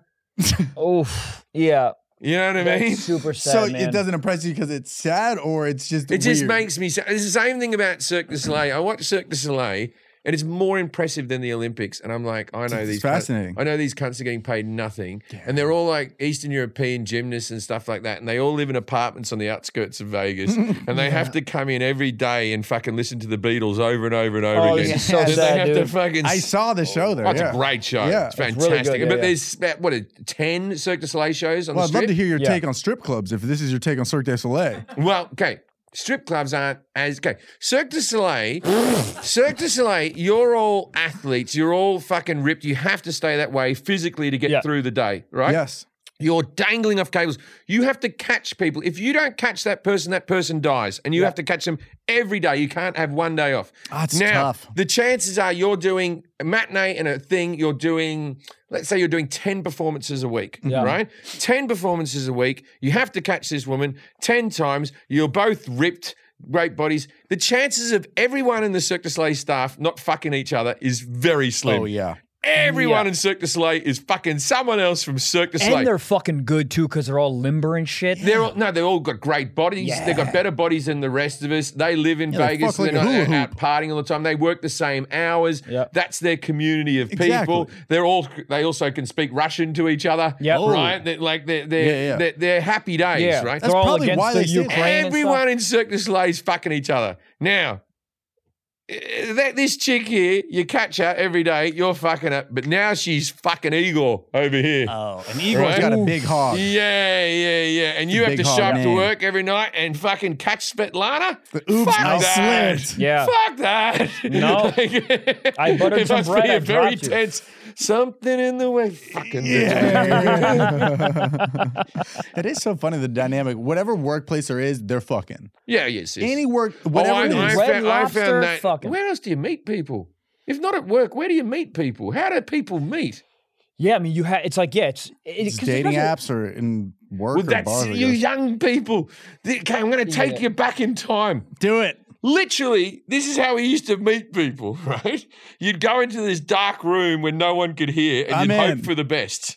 Oof. Yeah.
You know what I
that's
mean?
super sad.
so
man.
it doesn't impress you because it's sad, or it's just
It just
weird?
makes me sad. It's the same thing about Cirque du Soleil. I watch Cirque du Soleil, and it's more impressive than the Olympics. And I'm like, I know
It's
these
fascinating.
Cunts, I know these cunts are getting paid nothing, and they're all like Eastern European gymnasts and stuff like that, and they all live in apartments on the outskirts of Vegas, and they have to come in every day and fucking listen to the Beatles over and over and over
Oh,
again.
it's so
Then
sad,
they have
dude.
to fucking.
I saw the show there.
Oh, it's
yeah.
a great show.
Yeah.
it's
It's really
good,
fantastic.
yeah,
but
yeah.
there's about, what a ten Cirque du Soleil shows on the
Well, I'd
strip.
love to hear your
Yeah.
take on strip clubs if this is your take on Cirque du Soleil.
Well, okay. Strip clubs aren't as okay. Cirque du Soleil, Cirque du Soleil. You're all athletes. You're all fucking ripped. You have to stay that way physically to get
Yeah.
through the day, right?
Yes.
You're dangling off cables. You have to catch people. If you don't catch that person, that person dies, and you have to catch them every day. You can't have one day off.
Ah, it's
now,
tough.
the chances are you're doing a matinee and a thing. You're doing, let's say, you're doing ten performances a week,
Mm-hmm.
Yeah.
right? Ten performances a week. You have to catch this woman ten times. You're both ripped. great bodies. The chances of everyone in the Cirque du Soleil staff not fucking each other is very slim.
Oh yeah.
Everyone in Cirque du Soleil is fucking someone else from Cirque du
and
Soleil.
they're fucking good too because they're all limber and shit.
They're all, no, they've all got great bodies. They've got better bodies than the rest of us. They live in
Yeah, they
Vegas.
fuck
They're
like a
not out,
hula
out partying all the time. They work the same hours.
Yep.
That's their community of people.
Exactly.
They're all. They also can speak Russian to each other.
Yep. Oh.
Right. They're, like they're they're,
Yeah, yeah.
they're they're happy days.
yeah,
Right.
they're all
probably
against
why
the
they say that.
Ukraine.
Everyone in Cirque du Soleil is fucking each other now. eh, That this chick here, you catch her every day, you're fucking her, but now she's fucking Igor over here.
Oh,
An eagle.
Right.
He's got a big hog.
Yeah, yeah, yeah. And you
The
have to
big
show
hog
up to
man.
work every night and fucking catch Svetlana?
Oops,
Fuck
I
that.
slipped.
Yeah.
Fuck that.
No.
Like,
I buttered
it
some
must
bread,
be
I
a very
dropped you.
tense something in the way. Fucking
that is so funny. The dynamic, whatever workplace there is, they're fucking.
Yeah, yes, yes.
Any work,
Oh,
whatever
I,
it
I
is.
Red
found, I
Lobster,
found that.
fucking-
Where else do you meet people? If not at work, where do you meet people? How do people meet?
Yeah, I mean, you have. It's like yeah, it's, it,
It's
'cause
dating
especially-
apps or in work
Well,
or
that's
bars. I
you
guess.
young people. Okay, I'm going to take
Yeah.
you back in time.
Do it.
literally, this is how we used to meet people, right? You'd go into this dark room where no one could hear and
I'm
you'd
in.
hope for the best,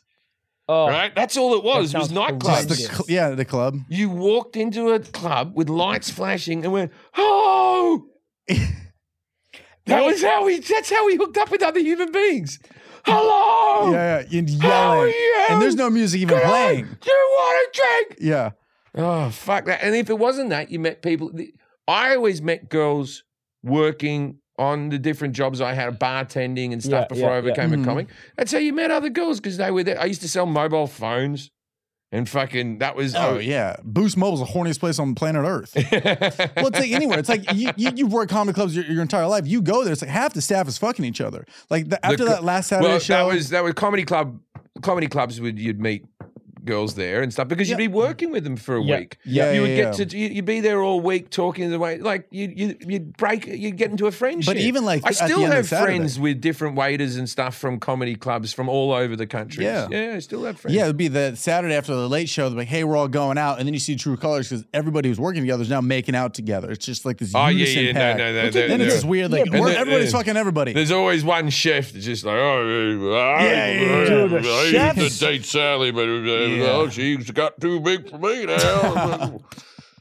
Oh,
right? That's all it was, was
sounds
nightclubs.
The
Yes.
cl- yeah, the club.
you walked into a club with lights flashing and went, oh! that was how we, that's how we hooked up with other human beings. Hello!
Yeah, yeah, and
How are
yelling.
you?
And there's no music even
Good
playing.
night. Do you want a drink?
Yeah.
Oh fuck that! And if it wasn't that, you met people. the- I always met girls working on the different jobs I had, bartending and stuff
Yeah,
before
yeah,
I
yeah.
overcame
Mhm.
a comic. That's how you met other girls because they were there. I used to sell mobile phones, and fucking that was
Oh yeah. Boost Mobile's the horniest place on planet Earth.
yeah.
well, it's like anywhere. It's like you, you you've worked comedy clubs your, your entire life. You go there. It's like half the staff is fucking each other. Like the, after
co-
that last Saturday
well,
show,
that was that was comedy club. Comedy clubs would you'd meet girls there and stuff because you'd
Yeah.
be working with them for a
Yeah.
week.
Yeah,
you
yeah,
would
yeah.
get to you- you'd be there all week talking the way like you you you'd break you'd get into a friendship.
even, like,
I
at the
still
end of
have
Saturday.
friends with different waiters and stuff from comedy clubs from all over the country.
Yeah.
yeah, I still have friends.
Yeah, it'd be the Saturday after the late show. They're like, "Hey, we're all going out," and then you see True Colors because everybody who's working together is now making out together. It's just like this.
Oh, yeah,
unison
yeah, no,
pack.
no, no,
Which-
they're-
Then it's
they're-
just weird. Like
Yeah, but
we're-
they're-
everybody's
they're-
fucking everybody.
There's always one chef that's just like, oh, I,
yeah, yeah.
Dude, the
I used
chefs.
to date Sally, but uh, well, she's got too big for me now.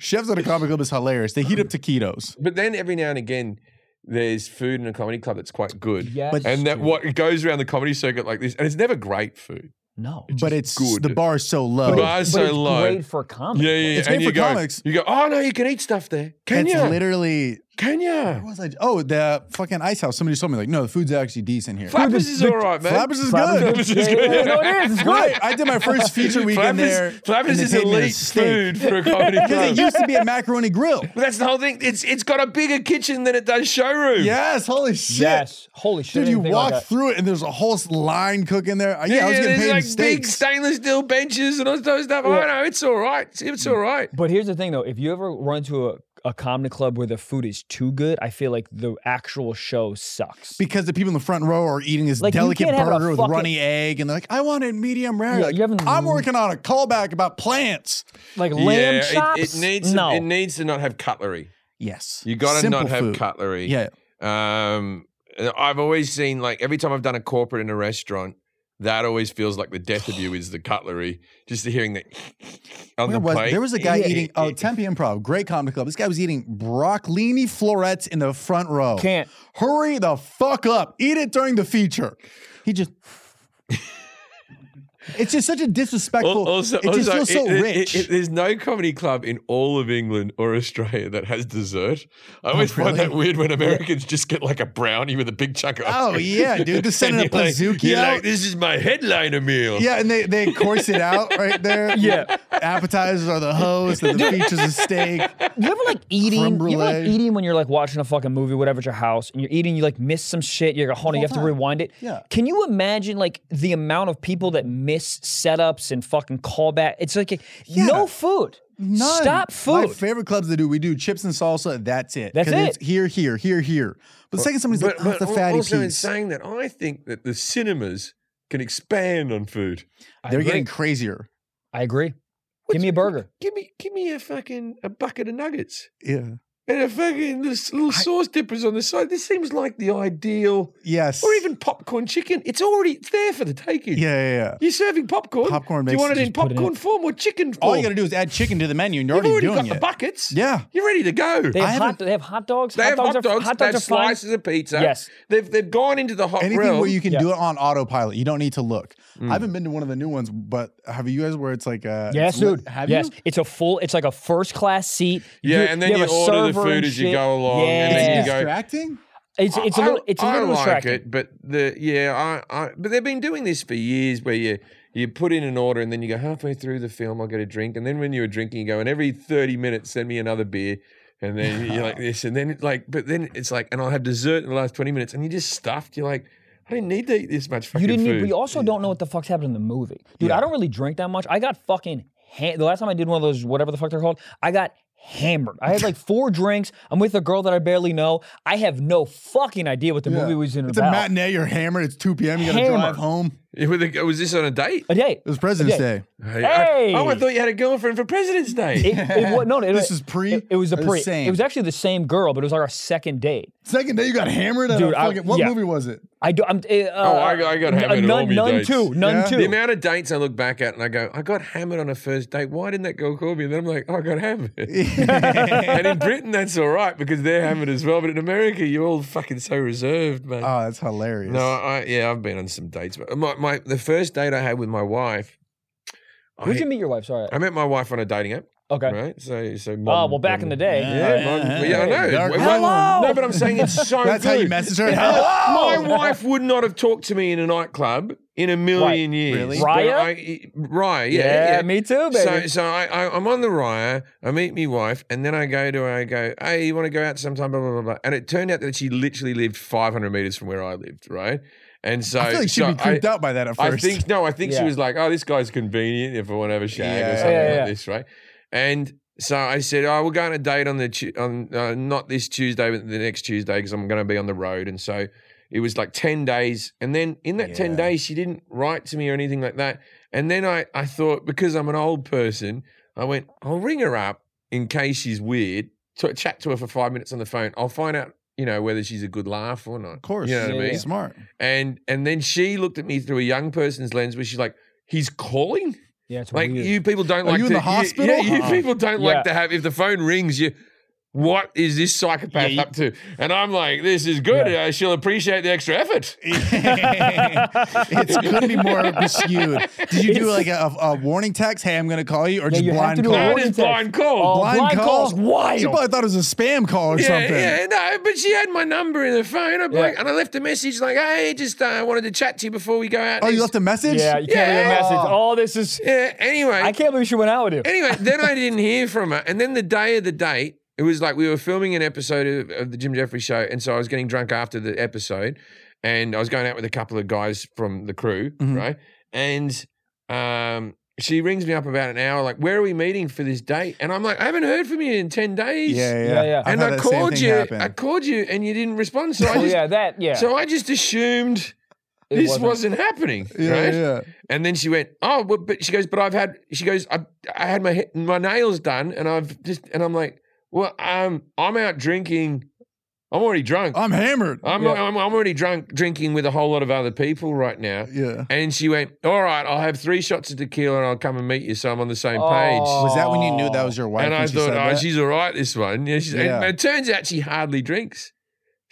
Chefs at a comedy club is hilarious. They heat up taquitos.
But then every now and again, there's food in a comedy club that's quite good.
Yes,
But-
And that what it goes around the comedy circuit like this, and it's never great food.
no,
but it's
good.
the bar is so low.
The bar is
but
so
it's
low.
great for comedy.
yeah, yeah, yeah.
It's
and
great
you
for
go,
comics.
You go, oh no, you can eat stuff there. Can
It's
you?
literally.
can
what
you?
was I- oh, the fucking ice house. Somebody told me like, no, the food's actually decent here.
Flappers is all right, man.
Flappers is
Flappers
good.
Flappers is good.
No, it is. It's good.
Right. I did my first feature weekend there.
Flappers, Flappers
and they
is
paid me in a
elite
steak.
food for a comedy
Because
club.
it used to be a macaroni grill.
but that's the whole thing. It's it's got a bigger kitchen than it does showroom.
Yes, holy shit.
Yes, holy
Dude,
shit! I
you
didn't think about
walk
that.
through it and there's a whole s- line cooking there. Uh, Yeah, I was getting
there's
paid
like
in
big
steaks.
stainless steel benches and all that sort of stuff. I know it's all right. It's- It's all right.
But here's the thing, though: if you ever run to a, a comedy club where the food is too good, I feel like the actual show sucks.
because the people in the front row are eating this
Like, you
delicate
can't have a
burger with
fucking-
runny egg, and they're like, "I want it medium rare."
Yeah,
Like,
you haven't-
I'm working on a callback about plants.
like
yeah,
lamb
it-
chops.
It, needs
no.
it needs to not have cutlery.
Yes,
You got to
Simple
not have
food.
cutlery.
Yeah,
Um, I've always seen like every time I've done a corporate in a restaurant, that always feels like the death of you is the cutlery. Just hearing that on
Where
the
was,
plate.
there was a guy
Yeah.
eating oh Tempe Improv, great comedy club. This guy was eating broccolini florets in the front row.
Can't.
hurry the fuck up. Eat it during the feature. He just. it's just such a
Al-
disrespectful. it just
also,
feels so
it- it-
rich.
it- there's no comedy club in all of England or Australia that has dessert.
Oh,
I always find that weird when Americans just get like a brownie with a big chunk of.
Oh, yeah, dude. Just sending
And
a
you're like-
Pizookie
you're
out.
like, this is my headliner meal.
yeah, and they, they course it out right there.
Yeah.
Appetizers are the host, and the features a steak.
You ever like eating?
Creme
You ever like
brulee.
eating when you're like watching a fucking movie, whatever at your house, and you're eating, you like miss some shit. You're like, hold on, you have to rewind it.
Yeah.
Can you imagine like the amount of people that miss setups and fucking callback? It's like no food.
None.
Stop
My
food.
favorite clubs that do, we do chips and salsa. That's it.
That's
'Cause
it.
It's here, here, here, here. But the second somebody's
But,
like, oh, it's
but
a fatty
also in
piece.
saying that, I think that the cinemas can expand on food.
I
They're
agree.
getting crazier.
I agree. Give me a burger.
Give me, give me a fucking a bucket of nuggets
Yeah.
and a fucking this little sauce dippers on the side. This seems like the ideal,
Yes.
or even popcorn chicken. It's already it's there for the taking.
Yeah, yeah, yeah.
You're serving popcorn.
Popcorn
Do you
makes
want it
it
in
just put it in.
popcorn form or chicken form?
All you got to do is add chicken to the menu, and you're
You've
already,
already got
doing it.
the buckets.
yeah.
You're ready to go.
They
I
have, hot,
haven't-
they have hot dogs.
They have hot dogs.
hot
they have
dogs are fine.
slices of pizza.
Yes.
They've, they've gone into the hot
Anything
grill.
where you can
Yeah.
do it on autopilot. You don't need to look.
Mm.
I haven't been to one of the new ones, but have you guys where it's like a
Yes, dude.
Have
yes,
you?
it's a full. It's like a first class seat.
Yeah, and then
have
you
a
order the
server and
food as you
shit.
go along,
Yeah,
and then you
It's
go-
distracting.
it's it's a
I-
little it's a
I
little
like
distracting.
it, but the yeah, I, I but they've been doing this for years, where you you put in an order and then you go halfway through the film, I'll get a drink, and then when you were drinking, you go and every thirty minutes send me another beer, and then you're like this, and then it's like but then it's like and I'll have dessert in the last twenty minutes, and you're just stuffed. You're like, I didn't need to eat this much fucking
You didn't.
food.
Need, we also don't know what the fuck's happened in the movie, dude. I don't really drink that much. I got fucking. Ha- the last time I did one of those, whatever the fuck they're called, I got hammered. I had like four drinks. I'm with a girl that I barely know. I have no fucking idea what the movie was in
It's a
about.
matinee. You're hammered. It's 2 p.m. You got to
Hammered.
drive home.
It was a- was this on a date?
A day.
It was President's
Okay.
Day.
Hey, I- oh, I
Hey!
thought you had a girlfriend for President's Day.
It, it, wa- no, no, it,
This is pre
It, it was a
or the
pre.
same?
It was actually the same girl, but it was like our second date.
Second day, you got hammered. At
Dude,
Dude,
I-
fucking, what
yeah.
movie was it?
I do. I'm, uh, oh,
I got- I got hammered at all
none,
my
none
dates.
two, none
Yeah.
two.
The amount of dates I look back at and I go, I got hammered on a first date. Why didn't that girl call me? And then I'm like, oh, I got hammered. and in Britain, that's all right because they're hammered as well. But in America, you're all fucking so reserved, man.
Oh, that's hilarious.
Uh, no, I, yeah, I've been on some dates. But my, my the first date I had with my wife,
Where'd
I,
you meet your wife? Sorry.
I met my wife on a dating app,
Okay.
right? So, so
Oh
modern-
well, back in the day.
Yeah, modern-
yeah,
yeah, I know.
Dark
It was-
Hello!
No, but I'm saying it's so
that's
good.
how you message her. Hello.
My wife would not have talked to me in a nightclub in a million years.
Really?
But
Raya?
I- Raya, yeah,
Yeah,
yeah,
me
So,
too, baby.
so I, I, I'm on the Raya. I meet my wife, and then I go to her. I go, hey, you want to go out sometime? Blah blah blah. blah. And it turned out that she literally lived 500 meters from where I lived, right? And so
I feel like she'd
so
be creeped
I-
out by that at
I
first.
think no, I think she
Yeah.
was like, "Oh, this guy's convenient if I want to have a shag
Yeah.
or something
Yeah, yeah.
like this, right?" And so I said, "Oh, we're going on a date on the Tu- on uh, not this Tuesday, but the next Tuesday because I'm going to be on the road." And so it was like ten days, and then in that ten
Yeah.
days, she didn't write to me or anything like that. And then I I thought because I'm an old person, I went, "I'll ring her up in case she's weird, to chat to her for five minutes on the phone. I'll find out." You know whether she's a good laugh or not.
Of course.
you know what
Yeah,
I mean
yeah.
Smart.
and and then she looked at me through a young person's lens where she's like he's calling
Yeah, it's
like
weird.
you people don't
Are
like
you in
to
the hospital?
yeah you
Uh-uh.
people don't like
Yeah.
to have if the phone rings you what is this psychopath
Yeah, you-
up to and i'm like this is good
Yeah.
uh, she'll appreciate the extra effort
it's going to be more skewed. Did you do like a, a warning text? Hey, I'm going to call you, or just
you have
blind
to do a
call?
that
warning
is
text.
blind call
Oh, blind call's wild.
She probably thought it was a spam call or
yeah,
something.
yeah, no, but she had my number in her phone. I'm
Yeah.
like, and I left a message like, "Hey, just uh, wanted to chat to you before we go out."
Oh, you
next-
left a message?
yeah, you can't leave a
Yeah.
message. Oh, this is.
Yeah. Anyway,
I can't believe she went out with you.
anyway, then I didn't hear from her. And then the day of the date, it was like we were filming an episode of, of the Jim Jeffries show. And so I was getting drunk after the episode. And I was going out with a couple of guys from the crew,
Mhm.
right? And um, she rings me up about an hour, like, where are we meeting for this date? And I'm like, I haven't heard from you in 10 days.
Yeah, yeah.
Yeah, yeah.
I've
And
had
I
that same
called
thing
you.
happen.
I called you and you didn't respond. So I
Oh
just,
yeah, that yeah.
so I just assumed
It
this
wasn't.
wasn't, happening.
yeah,
right?
yeah.
And then she went, oh, well, but she goes, but I've had, she goes, I, I had my he- my nails done, and I've just, and I'm like, well, um, I'm out drinking, I'm already drunk,
I'm hammered.
I'm,
Yeah.
I'm, I'm already drunk drinking with a whole lot of other people right now.
yeah.
And she went, all right, I'll have three shots of tequila, and I'll come and meet you, so I'm on the same
Oh.
page.
Was that when you knew that was your wife?
And
when
I
she
thought,
said
oh,
that?
she's all right, this one. Yeah, she's,
Yeah.
And it turns out she hardly drinks.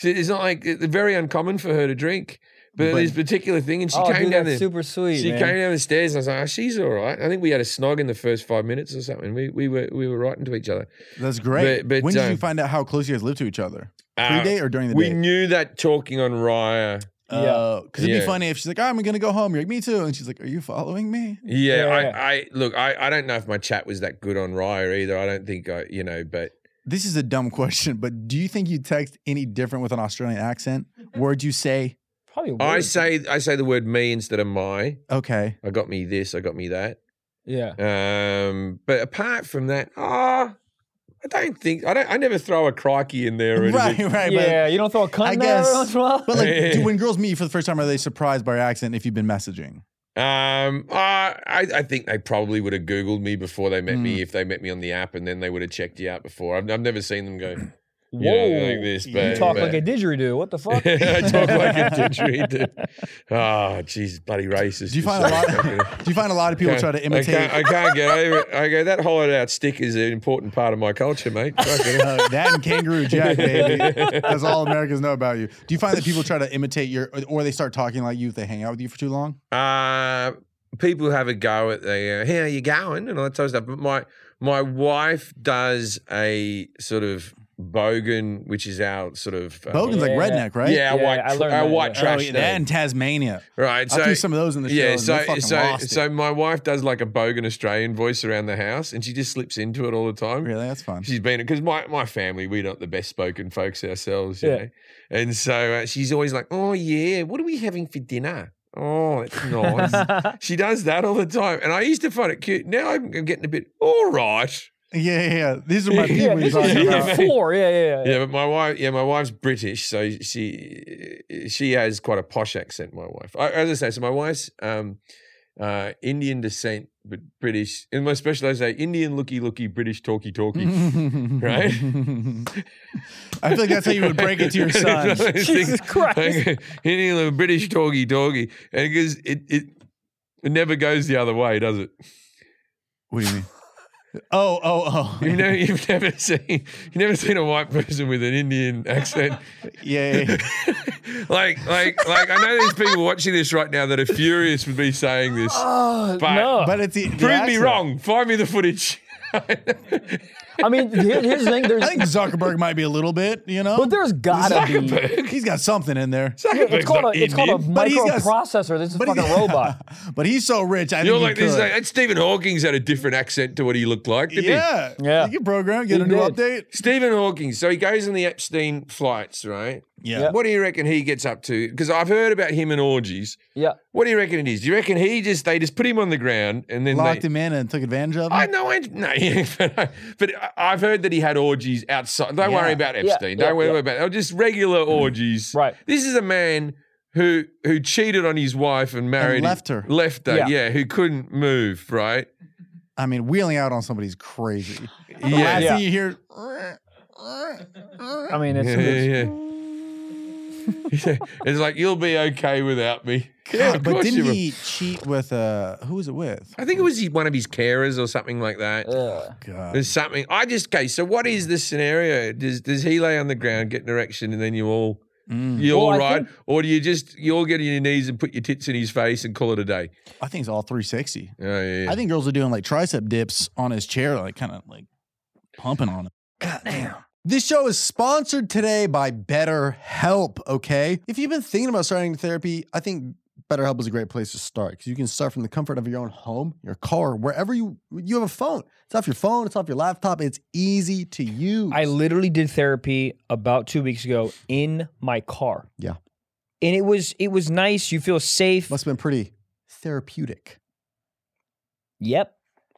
So It's not like it's very uncommon for her to drink, but,
But-
this particular thing, and she
oh,
came
dude,
down
that's
there.
super sweet.
She
man.
came down the stairs and I was like, oh, she's all right. I think we had a snog in the first five minutes or something. We we were we were writing to each other.
That's great.
But- but,
when did
uh,
you find out how close you guys lived to each other?
Uh,
Pre-date or during the
we
date?
knew that talking on Raya.
Yeah.
Because it'd
Yeah.
be funny if she's like, I'm going to go home. You're like, me too. And she's like, are you following me?
Yeah,
Yeah.
I, I look, I, I don't know if my chat was that good on Raya either. I don't think I you know, but
This is a dumb question, but do you think you text any different with an Australian accent? Word you say,
Probably. Weird.
I say I say the word me instead of my.
okay.
I got me this, I got me that.
Yeah.
Um but apart from that, ah I don't think I don't I never throw a crikey in there or
Right,
anything.
right.
yeah. You don't throw a cunt
I
in there every
guess-
once in a while.
But, but like,
Yeah.
dude, when girls meet you for the first time, are they surprised by your accent if you've been messaging?
Um, I, I I think they probably would have Googled me before they met
Hmm.
me if they met me on the app, and then they would have checked you out before. I've, I've never seen them go, you
Whoa.
know, like this. But,
you talk
but-
like a didgeridoo. What the fuck?
I talk like a didgeridoo. Oh, jeez, bloody racist.
Do you find a lot? do you find a lot of people try to imitate?
I can't, I can't get over it. I go, that hollowed out stick is an important part of my culture, mate. Fucking hell.
Uh, that and Kangaroo Jack, baby. That's all Americans know about you. Do you find that people try to imitate your, or they start talking like you if they hang out with you for too long?
uh, people have a go at the, uh, hey, how you going? And all that sort of stuff. But my, my wife does a sort of bogan, which is our sort of. Uh,
Bogan's like
Yeah.
redneck, right?
Yeah, our
Yeah,
white,
I learned
our
that,
white
yeah.
Oh,
trash.
yeah, that
name.
and Tasmania.
Right.
I'll
So
do some of those in the show.
yeah,
and
so
they fucking
so
lost it.
so my wife does like a bogan Australian voice around the house, and she just slips into it all the time.
really, that's fun.
She's been because my my family we're not the best spoken folks ourselves, you
Yeah.
know, and so uh, she's always like, "Oh yeah, what are we having for dinner? Oh, it's nice." she does that all the time, and I used to find it cute. Now I'm, I'm getting a bit all right.
Yeah, yeah, yeah. These are my people
yeah,
you're
this
talking
is
Yeah.
about.
year four. Yeah, yeah, yeah.
Yeah, but my wife, yeah, my wife's British, so she she has quite a posh accent. My wife, I, as I say, so my wife's um, uh, Indian descent, but British. In my special, I say Indian looky looky, British talky talky. Right?
I feel like that's how you would break it to your son.
It's one of those things-
Jesus Christ.
like, Indian little British talky talky, and it goes it. it it never goes the other way, does it?
What do you mean? Oh, oh, oh.
You've never, you've never seen, you've never seen a white person with an Indian accent.
Yeah, yeah, yeah.
like, like, like. I know there's people watching this right now that are furious with me saying this.
Oh,
But-
no.
But it's the, the
Prove me
accent.
wrong. Find me the footage.
I mean, here, here's the thing. There's,
I think Zuckerberg might be a little bit, you know.
but there's gotta be.
Zuckerberg.
he's got something in there.
Zuckerberg's
It's called
not
a. It's called a
Indian.
But he's got-
microprocessor. This is a
But
fucking
he-
robot.
But he's so rich. I
You're
think
like
he
this. is
could.
Like, and Stephen Hawking's had a different accent to what he looked like, didn't he?
yeah,
Yeah.
You can program, get
He
a new
did.
update.
Stephen Hawking. So he goes on the Epstein flights, right?
Yeah.
Yep.
What do you reckon he gets up to? Because I've heard about him and orgies.
Yeah.
What do you reckon it is? Do you reckon he just they just put him on the ground and then
Locked
they,
him in and took advantage of him.
I know, I, no, but, I, but I- I've heard that he had orgies outside. Don't worry
Yeah.
about
Yeah,
Epstein.
yeah,
Don't worry
yeah.
about it. Just regular orgies.
Right.
This is a man who who cheated on his wife and married
left her.
Left her.
Yeah.
Yeah. Who couldn't move. Right.
I mean, wheeling out on somebody's crazy. The
Yeah.
last
Yeah.
Yeah.
thing you hear,
I mean, it's.
Yeah.
it's
yeah. it's like you'll be okay without me. Yeah, of
but
course you
didn't
will.
he cheat with uh who was it with?
I think it was one of his carers or something like that.
yeah.
God.
There's something. I just okay. So what is the scenario? Does does he lay on the ground, get an erection, and then you all
Mm.
you
Well,
all
I
right,
think-
or do you just you all get on your knees and put your tits in his face and call it a day?
I think it's all 360.
Oh, yeah, yeah.
I think girls are doing like tricep dips on his chair, like kind of like pumping on him.
This show is sponsored today by BetterHelp, okay? If you've been thinking about starting therapy, I think BetterHelp is a great place to start because you can start from the comfort of your own home, your car, wherever you you have a phone. It's off your phone, it's off your laptop, it's easy to use.
I literally did therapy about two weeks ago in my car.
Yeah.
And it was it was nice. You feel safe.
Must have been pretty therapeutic.
Yep.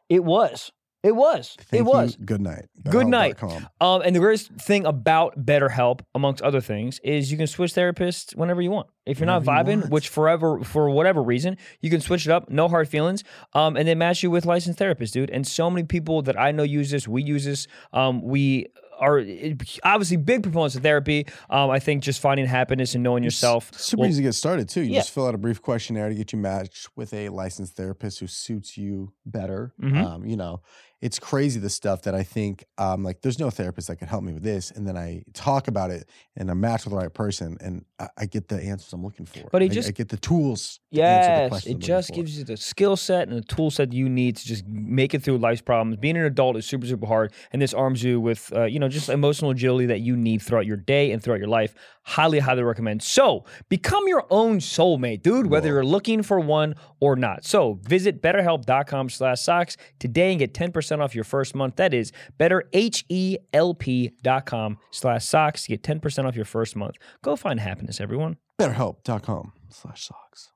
It was. It was.
Thank
it was.
You. Good night.
Good night.
BetterHelp.com.
Um, and the greatest thing about BetterHelp, amongst other things, is you can switch therapists whenever you want. If you're not
Whenever you
vibing,
want.
which forever for whatever reason, you can switch it up. No hard feelings. Um, and they match you with licensed therapists, dude. And so many people that I know use this. We use this. Um, we are eh, obviously big proponents of therapy. Um, I think just finding happiness and knowing yourself.
Super
will-
easy to get started too. You
Yeah.
just fill out a brief questionnaire to get you matched with a licensed therapist who suits you better.
Mhm.
Um, you know, it's crazy the stuff that I think um, like there's no therapist that can help me with this, and then I talk about it and I'm matched with the right person, and I, I get the answers I'm looking for.
But it
I-
just-
I get the tools. to answer the questions
Yes,
I'm
it
looking
just
for.
gives you the skill set and the tool set you need to just make it through life's problems. Being an adult is super, super hard, and this arms you with, uh, you know, just emotional agility that you need throughout your day and throughout your life. Highly, highly recommend. So become your own soulmate, dude, whether you're looking for one or not. So visit betterhelp.com slash socks today and get 10% off your first month. That is betterhelp.com slash socks to get 10% off your first month. Go find happiness, everyone.
BetterHelp.com slash socks.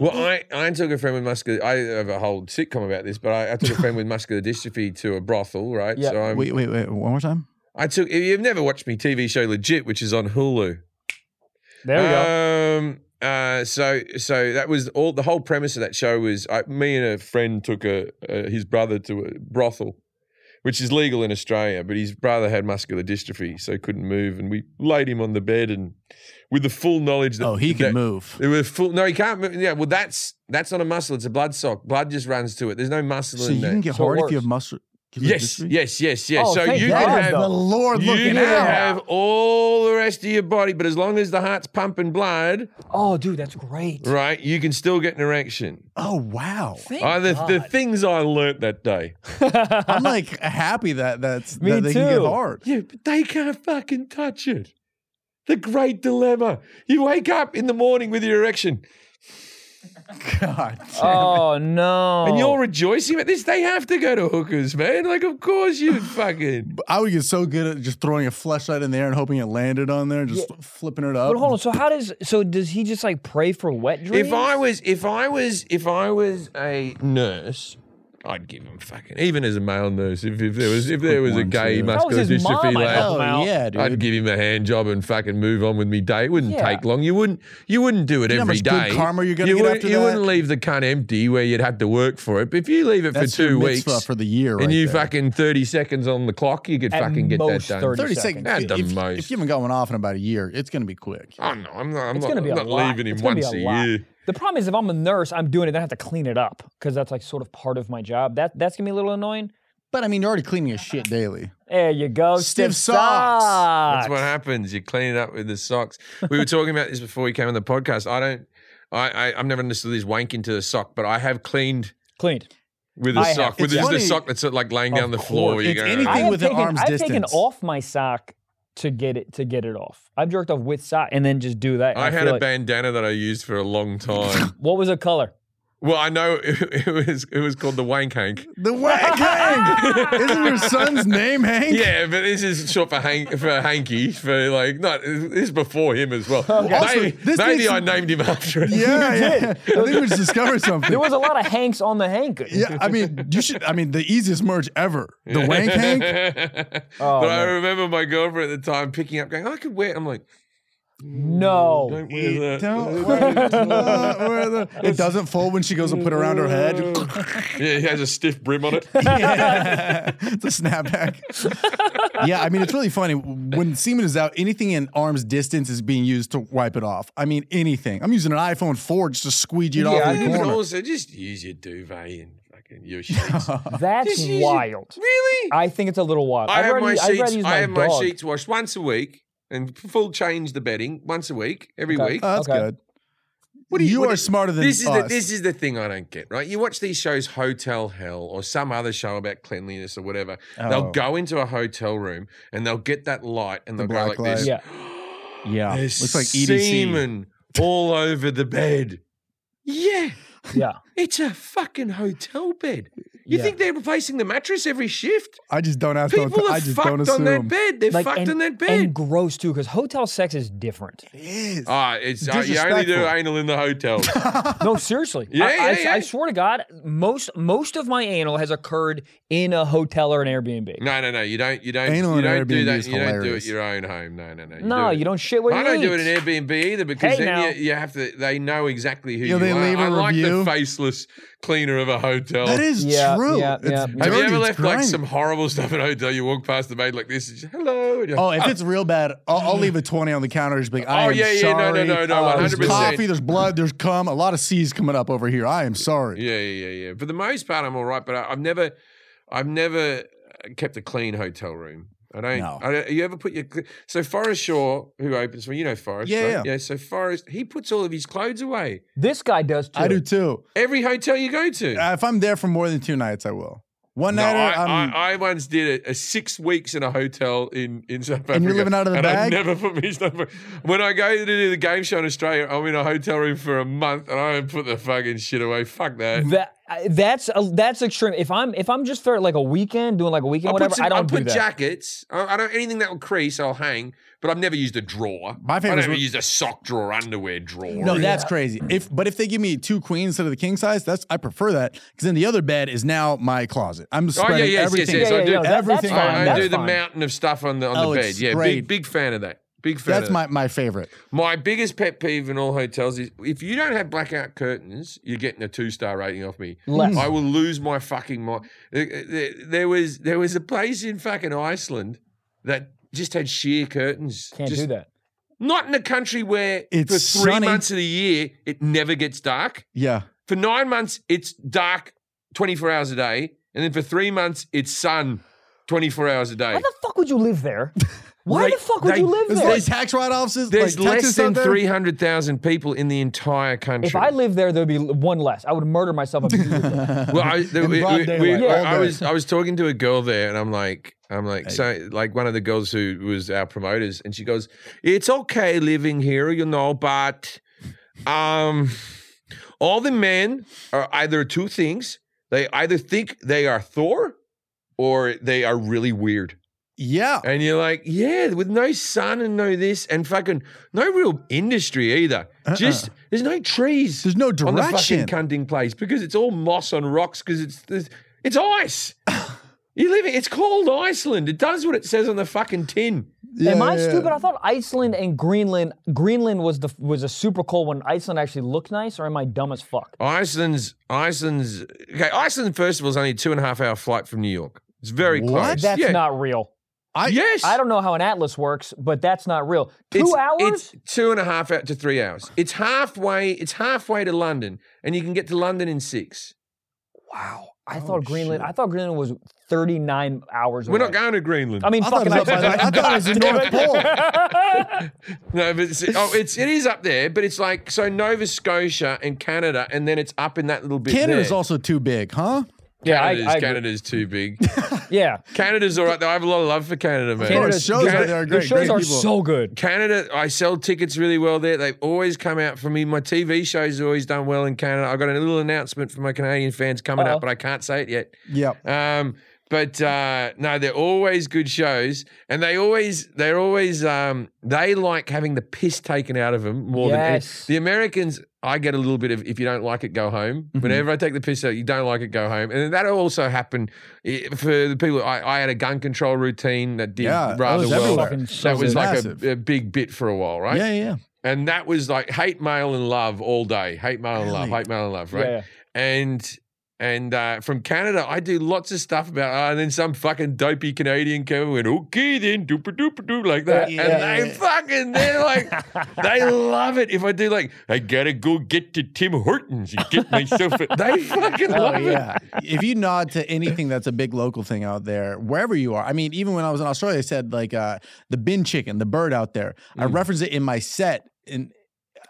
Well, I, I took a friend with muscular. I have a whole sitcom about this, but I, I took a friend with muscular dystrophy to a brothel, right?
Yeah.
So I'm,
Wait, wait, wait. One more time.
I took. If you've never watched me TV show Legit, which is on Hulu,
There we go.
um, Uh, so so that was all. The whole premise of that show was I, me and a friend took a, uh his brother to a brothel, which is legal in Australia, but his brother had muscular dystrophy, so couldn't move, and we laid him on the bed and with the full knowledge that
Oh, he
that-
can move.
It was full. No, he can't. move. Yeah, well, that's that's not a muscle. It's a blood sock. Blood just runs to it. There's no muscle
So
in
you
there.
can get
So it
hard if
works.
you have muscle.
yes, yes, yes, yes.
Oh,
so
thank
you
God,
can
God,
have
the Lord
you
looking
can
out.
have all the rest of your body, but as long as the heart's pumping blood,
Oh, dude, that's great.
right, you can still get an erection.
Oh wow!
Thank
Oh, the, the
God.
things I learnt that day.
I'm like happy that that's
Me
that they can get
too.
hard.
Yeah, but they can't fucking touch it. The great dilemma. You wake up in the morning with your erection
God,
oh no.
and you're rejoicing at this. They have to go to hookers, man. Like, of course you fucking.
I would get so good at just throwing a flashlight in there and hoping it landed on there, just flipping it up.
But hold on. So how does so does he just like pray for wet dreams?
If I was, if I was, if I was a nurse, I'd give him fucking. Even as a male nurse, if, if there was, if there was a
one,
gay
too.
If I was
muscular
his
dystrophy
mom, I'd
lad,
help him out.
Oh yeah, dude.
I'd give him a hand job and fucking move on with me day. It wouldn't
Yeah.
take long. You wouldn't. You wouldn't do it
know how
every
much good
day.
karma you're gonna
you
get
wouldn't,
after
You
that?
wouldn't leave the cunt empty where you'd have to work for it. But if you leave it
That's
for two
your
weeks
mitzvah for the year, right
and you
there.
fucking thirty seconds on the clock, you could
At
fucking get
most
that done.
30
thirty seconds.
At the
if,
most.
if you haven't got one off in about a year, it's going to be quick.
Oh no, I'm not. I'm
it's
not,
gonna be
I'm
a
not
lot.
leaving him
It's gonna be
once a,
lot.
year.
The problem is if I'm a nurse, I'm doing it. Then I have to clean it up because that's like sort of part of my job. That that's gonna be a little annoying.
But I mean, you're already cleaning your shit daily.
There you go.
Stiff socks.
That's what happens. You clean it up with the socks. We were talking about this before we came on the podcast. I don't. I, I I've never understood this wank into the sock, but I have cleaned
Cleaned.
with a
I have.
sock. With
It's
the- the
funny-
sock that's like laying down the floor.
course.
where you
It's
go,
anything
I have
within
taken,
arm's
I've taken
distance.
off my sock to get it to get it off. I've jerked off with sock and then just do that. and
I had a
feel like-
bandana that I used for a long time.
What was the color?
well, I know it, it was it was called the wank hank.
The wank Hank! Isn't your son's name Hank?
Yeah, but this is short for hank for hanky for like not this is before him as well.
Also,
maybe
this
maybe
makes-
I named him after it.
Yeah, yeah. I think we just discovered something.
There was a lot of Hanks on the Hank.
yeah, I mean, you should. I mean, the easiest merge ever. The wank Hank.
Oh,
but I
man.
remember my girlfriend at the time picking up, going, "I could wear." I'm like,
No.
"Don't wear that."
Don't worry, don't worry. It doesn't fold when she goes and put it around her head.
Yeah, he has a stiff brim on it.
it's a snapback. yeah, I mean, it's really funny. When semen is out, anything in arm's distance is being used to wipe it off. I mean, anything. I'm using an iPhone 4 just to squeegee it off in
Yeah,
the
but
corner.
also just use your duvet and fucking your sheets.
That's
Just use your-
wild.
really?
I think it's a little wild.
I
I'd
have
rather
my
use- I'd rather
sheets.
use
I have my
dog.
sheets washed once a week and full change the bedding once a week every
Okay.
week.
Oh, that's
Okay.
good.
What do
you,
you- what
are
do-
smarter than
this is
us.
the, this is the thing I don't get right. You watch these shows, Hotel Hell or some other show about cleanliness or whatever.
Oh.
They'll go into a hotel room and they'll get that light and
The
they'll go
black
like this.
light.
yeah,
There's
looks like E EDC.
semen all over the bed. Yeah,
Yeah.
it's a fucking hotel bed. You
Yeah.
think they're replacing the mattress every shift?
I just don't ask.
People
Don't,
are
I just
fucked
don't
on
assume.
that bed. They're
Like,
fucked
and,
on that
and
bed.
gross too, because hotel sex is different.
It is.
Ah, it's uh, you only do
Disrespectful.
anal in the hotel.
No, seriously.
Yeah,
I, I,
yeah, yeah.
I swear to God, most most of my anal has occurred in a hotel or an Airbnb.
No, no, no. You don't. You don't.
Anal
you
in
don't do
Airbnb
that.
is
You don't do it
hilarious.
your own home. No, no, no. You
No,
do it-
you don't shit where
I
you
don't
eat.
do it in Airbnb either because
Hey, now.
then you, you have to. They know exactly who
Yeah,
you
they
are.
leave a
I like
review.
the faceless cleaner of a hotel.
That is
Yeah,
true.
yeah,
It's
yeah. Have you
Have
dirty,
you ever
it's
left like
grimy.
some horrible stuff at a hotel? You walk past the maid like this, and just, hello. and you're-
Oh, if it's real bad, I'll, I'll leave a twenty on the counter. Just be like, I
Uh, Oh,
am
yeah, yeah, no, no,
sorry.
no, no,
There's
100%.
coffee, there's blood, there's cum. A lot of C's coming up over here. I am sorry.
Yeah, yeah, yeah, yeah. For the most part, I'm all right, but I, I've never, I've never uh, kept a clean hotel room. I don't.
No.
I don't you ever put your cl- so Forrest Shaw, who opens for you know Forrest,
Yeah,
right?
yeah.
So Forrest, he puts all of his clothes away
This guy does too.
I do too.
every hotel you go to.
Uh, if I'm there for more than two nights, I will. One
no,
night,
I,
I'm.
I, I once did it uh, six weeks in a hotel in, in South Africa.
And you're living out of the
and I
bag?
never put my stuff. When I go to do the game show in Australia, I'm in a hotel room for a month and I don't put the fucking shit away. Fuck that.
That I- that's a, that's extreme. If I'm if I'm just for like a weekend doing like a weekend
I'll
whatever,
put, some,
I don't
I'll put
do that.
jackets. I, I don't anything that will crease. I'll hang, but I've never used a drawer.
My
I
favorite is
never
when-
used a sock drawer, underwear drawer.
no, that's crazy. If but if they give me two queens instead of the king size, that's I prefer that because then the other bed is now my closet. I'm
oh
spreading
yeah, yes, yes,
everything.
yes.
Yeah,
I
yeah,
do
yeah, that- that's
I
everything
fine,
I
that's
do the
fine.
mountain of stuff on the on
Oh,
the bed.
it's
Yeah,
great.
big big fan of that. Big fan.
That's
of that.
my, my favorite.
My biggest pet peeve in all hotels is if you don't have blackout curtains, you're getting a two star rating off me.
Less.
I will lose my fucking mind. There- There there was there was a place in fucking Iceland that just had sheer curtains.
Can't
Just-
do that.
Not in a country where
It's
for three
sunny.
months of the year it never gets dark.
Yeah.
For nine months it's dark twenty four hours a day, and then for three months it's sun twenty four hours a day.
Why the fuck would you live there? Why
They-
the fuck would
they-
you live
There's
there?
like tax write offs.
There's
like
less
Texas
than
out there.
three hundred thousand people in the entire country.
If I lived there, there'd be one less. I would murder myself. If you lived there.
Well, I, the,
In
we,
broad
we-
daylight,
we-
all
I
day.
was I was talking to a girl there, and I'm like, I'm like, so like one of the girls who was our promoters, and she goes, "It's okay living here, you know, but um, all the men are either two things. They either think they are Thor, or they are really weird."
Yeah.
And you're like, yeah, with no sun and no this and fucking no real industry either.
Uh-uh.
Just there's no trees.
There's no
on the fucking
direction.
cunting place because it's all moss on rocks because it's there's- it's ice. you live it. It's called Iceland. It does what it says on the fucking tin.
Am
Yeah,
I
yeah.
stupid? I thought Iceland and Greenland. Greenland was the was a super cold one. Iceland actually looked nice, or am I dumb as fuck?
Iceland's Iceland's okay. Iceland first of all is only a two and a half hour flight from New York. It's very
What?
close.
That's
yeah.
not real.
yes.
I don't know how an atlas works, but that's not real. Two
it's,
hours?
It's two and a half out to three hours. It's halfway. It's halfway to London, and you can get to London in six.
wow. I thought Greenland. I thought Greenland was 39 hours.
We're
away.
not going to Greenland.
I mean,
I thought,
fucking
it was up by the,
Iceland.
I thought it was the North Pole.
no, but it's, oh, it's it is up there, but it's like so Nova Scotia and Canada, and then it's up in that little bit.
Canada is
there.
also too big, huh?
Yeah, I-
Canada's,
I agree.
Canada's too big.
yeah,
Canada's all right though. I have a lot of love for Canada, man.
Canada's-
oh, shows
Canada-
out there are
the
great.
shows
great
are
people.
so good.
Canada, I sell tickets really well there. They've always come out for me. My TV show's always done well in Canada. I got a little announcement for my Canadian fans coming
Uh-oh.
up, but I can't say it yet.
Yep.
Um, but uh, no, they're always good shows, and they always they're always um, they like having the piss taken out of them more than any-
Yes.
the Americans. I get a little bit of if you don't like it, go home.
Mm-hmm.
Whenever I take the piss out, you don't like it, go home, and that also happened eh, for the people. I, I had a gun control routine that did
Yeah, that
rather
was
well.
everywhere.
Fucking
That
shows
was
it.
like
Massive.
a, a big bit for a while, right?
Yeah, yeah.
and that was like hate mail and love all day hate mail and love
Really?
hate mail and love
Yeah,
right
yeah.
and and uh, from Canada, I do lots of stuff about, uh, and then some fucking dopey Canadian came and went, okay then, dooper dooper doo, like that.
Yeah.
And they fucking, they're like, they love it. If I do like, I gotta go get to Tim Hortons and get myself, a-" they fucking
Oh
love it.
yeah. if you nod to anything that's a big local thing out there, wherever you are. I mean, even when I was in Australia, I said like uh, the bin chicken, the bird out there. I referenced it in my set, and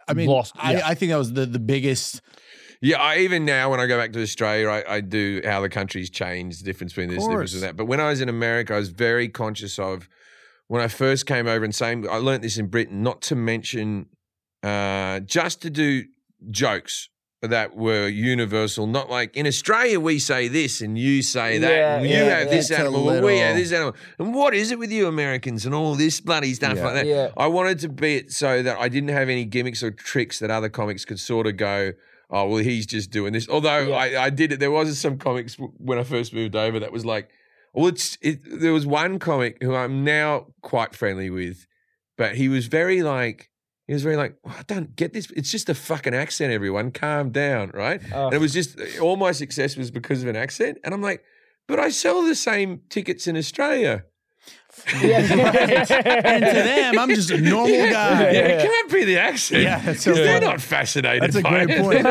I mean,
Lost,
I,
yeah.
I think that was the the biggest.
Yeah, I, even now when I go back to Australia, I, I do how the country's changed, the difference between this, the difference
course.
between that. But when I was in America, I was very conscious of when I first came over and same. I learnt this in Britain, not to mention uh, just to do jokes that were universal, not like in Australia we say this and you say that,
Yeah,
and you
yeah,
have this
it's a
animal, and we have
little-
this animal. And what is it with you Americans and all this bloody stuff
Yeah.
like that?
Yeah.
I wanted to be it so that I didn't have any gimmicks or tricks that other comics could sort of go, oh, well, he's just doing this. Although
Yeah.
I, I did it, there was some comics w- when I first moved over that was like, well, it's, it, there was one comic who I'm now quite friendly with, but he was very like, he was very like, well, I don't get this. It's just a fucking accent, everyone. Calm down, right?
Uh,
And it was just all my success was because of an accent. And I'm like, but I sell the same tickets in Australia.
And to them, I'm just a normal guy.
Yeah,
Yeah, yeah.
it can't be the accent.
Yeah, that's so
'Cause they're
funny.
not fascinated.
That's a
by
great
it.
point.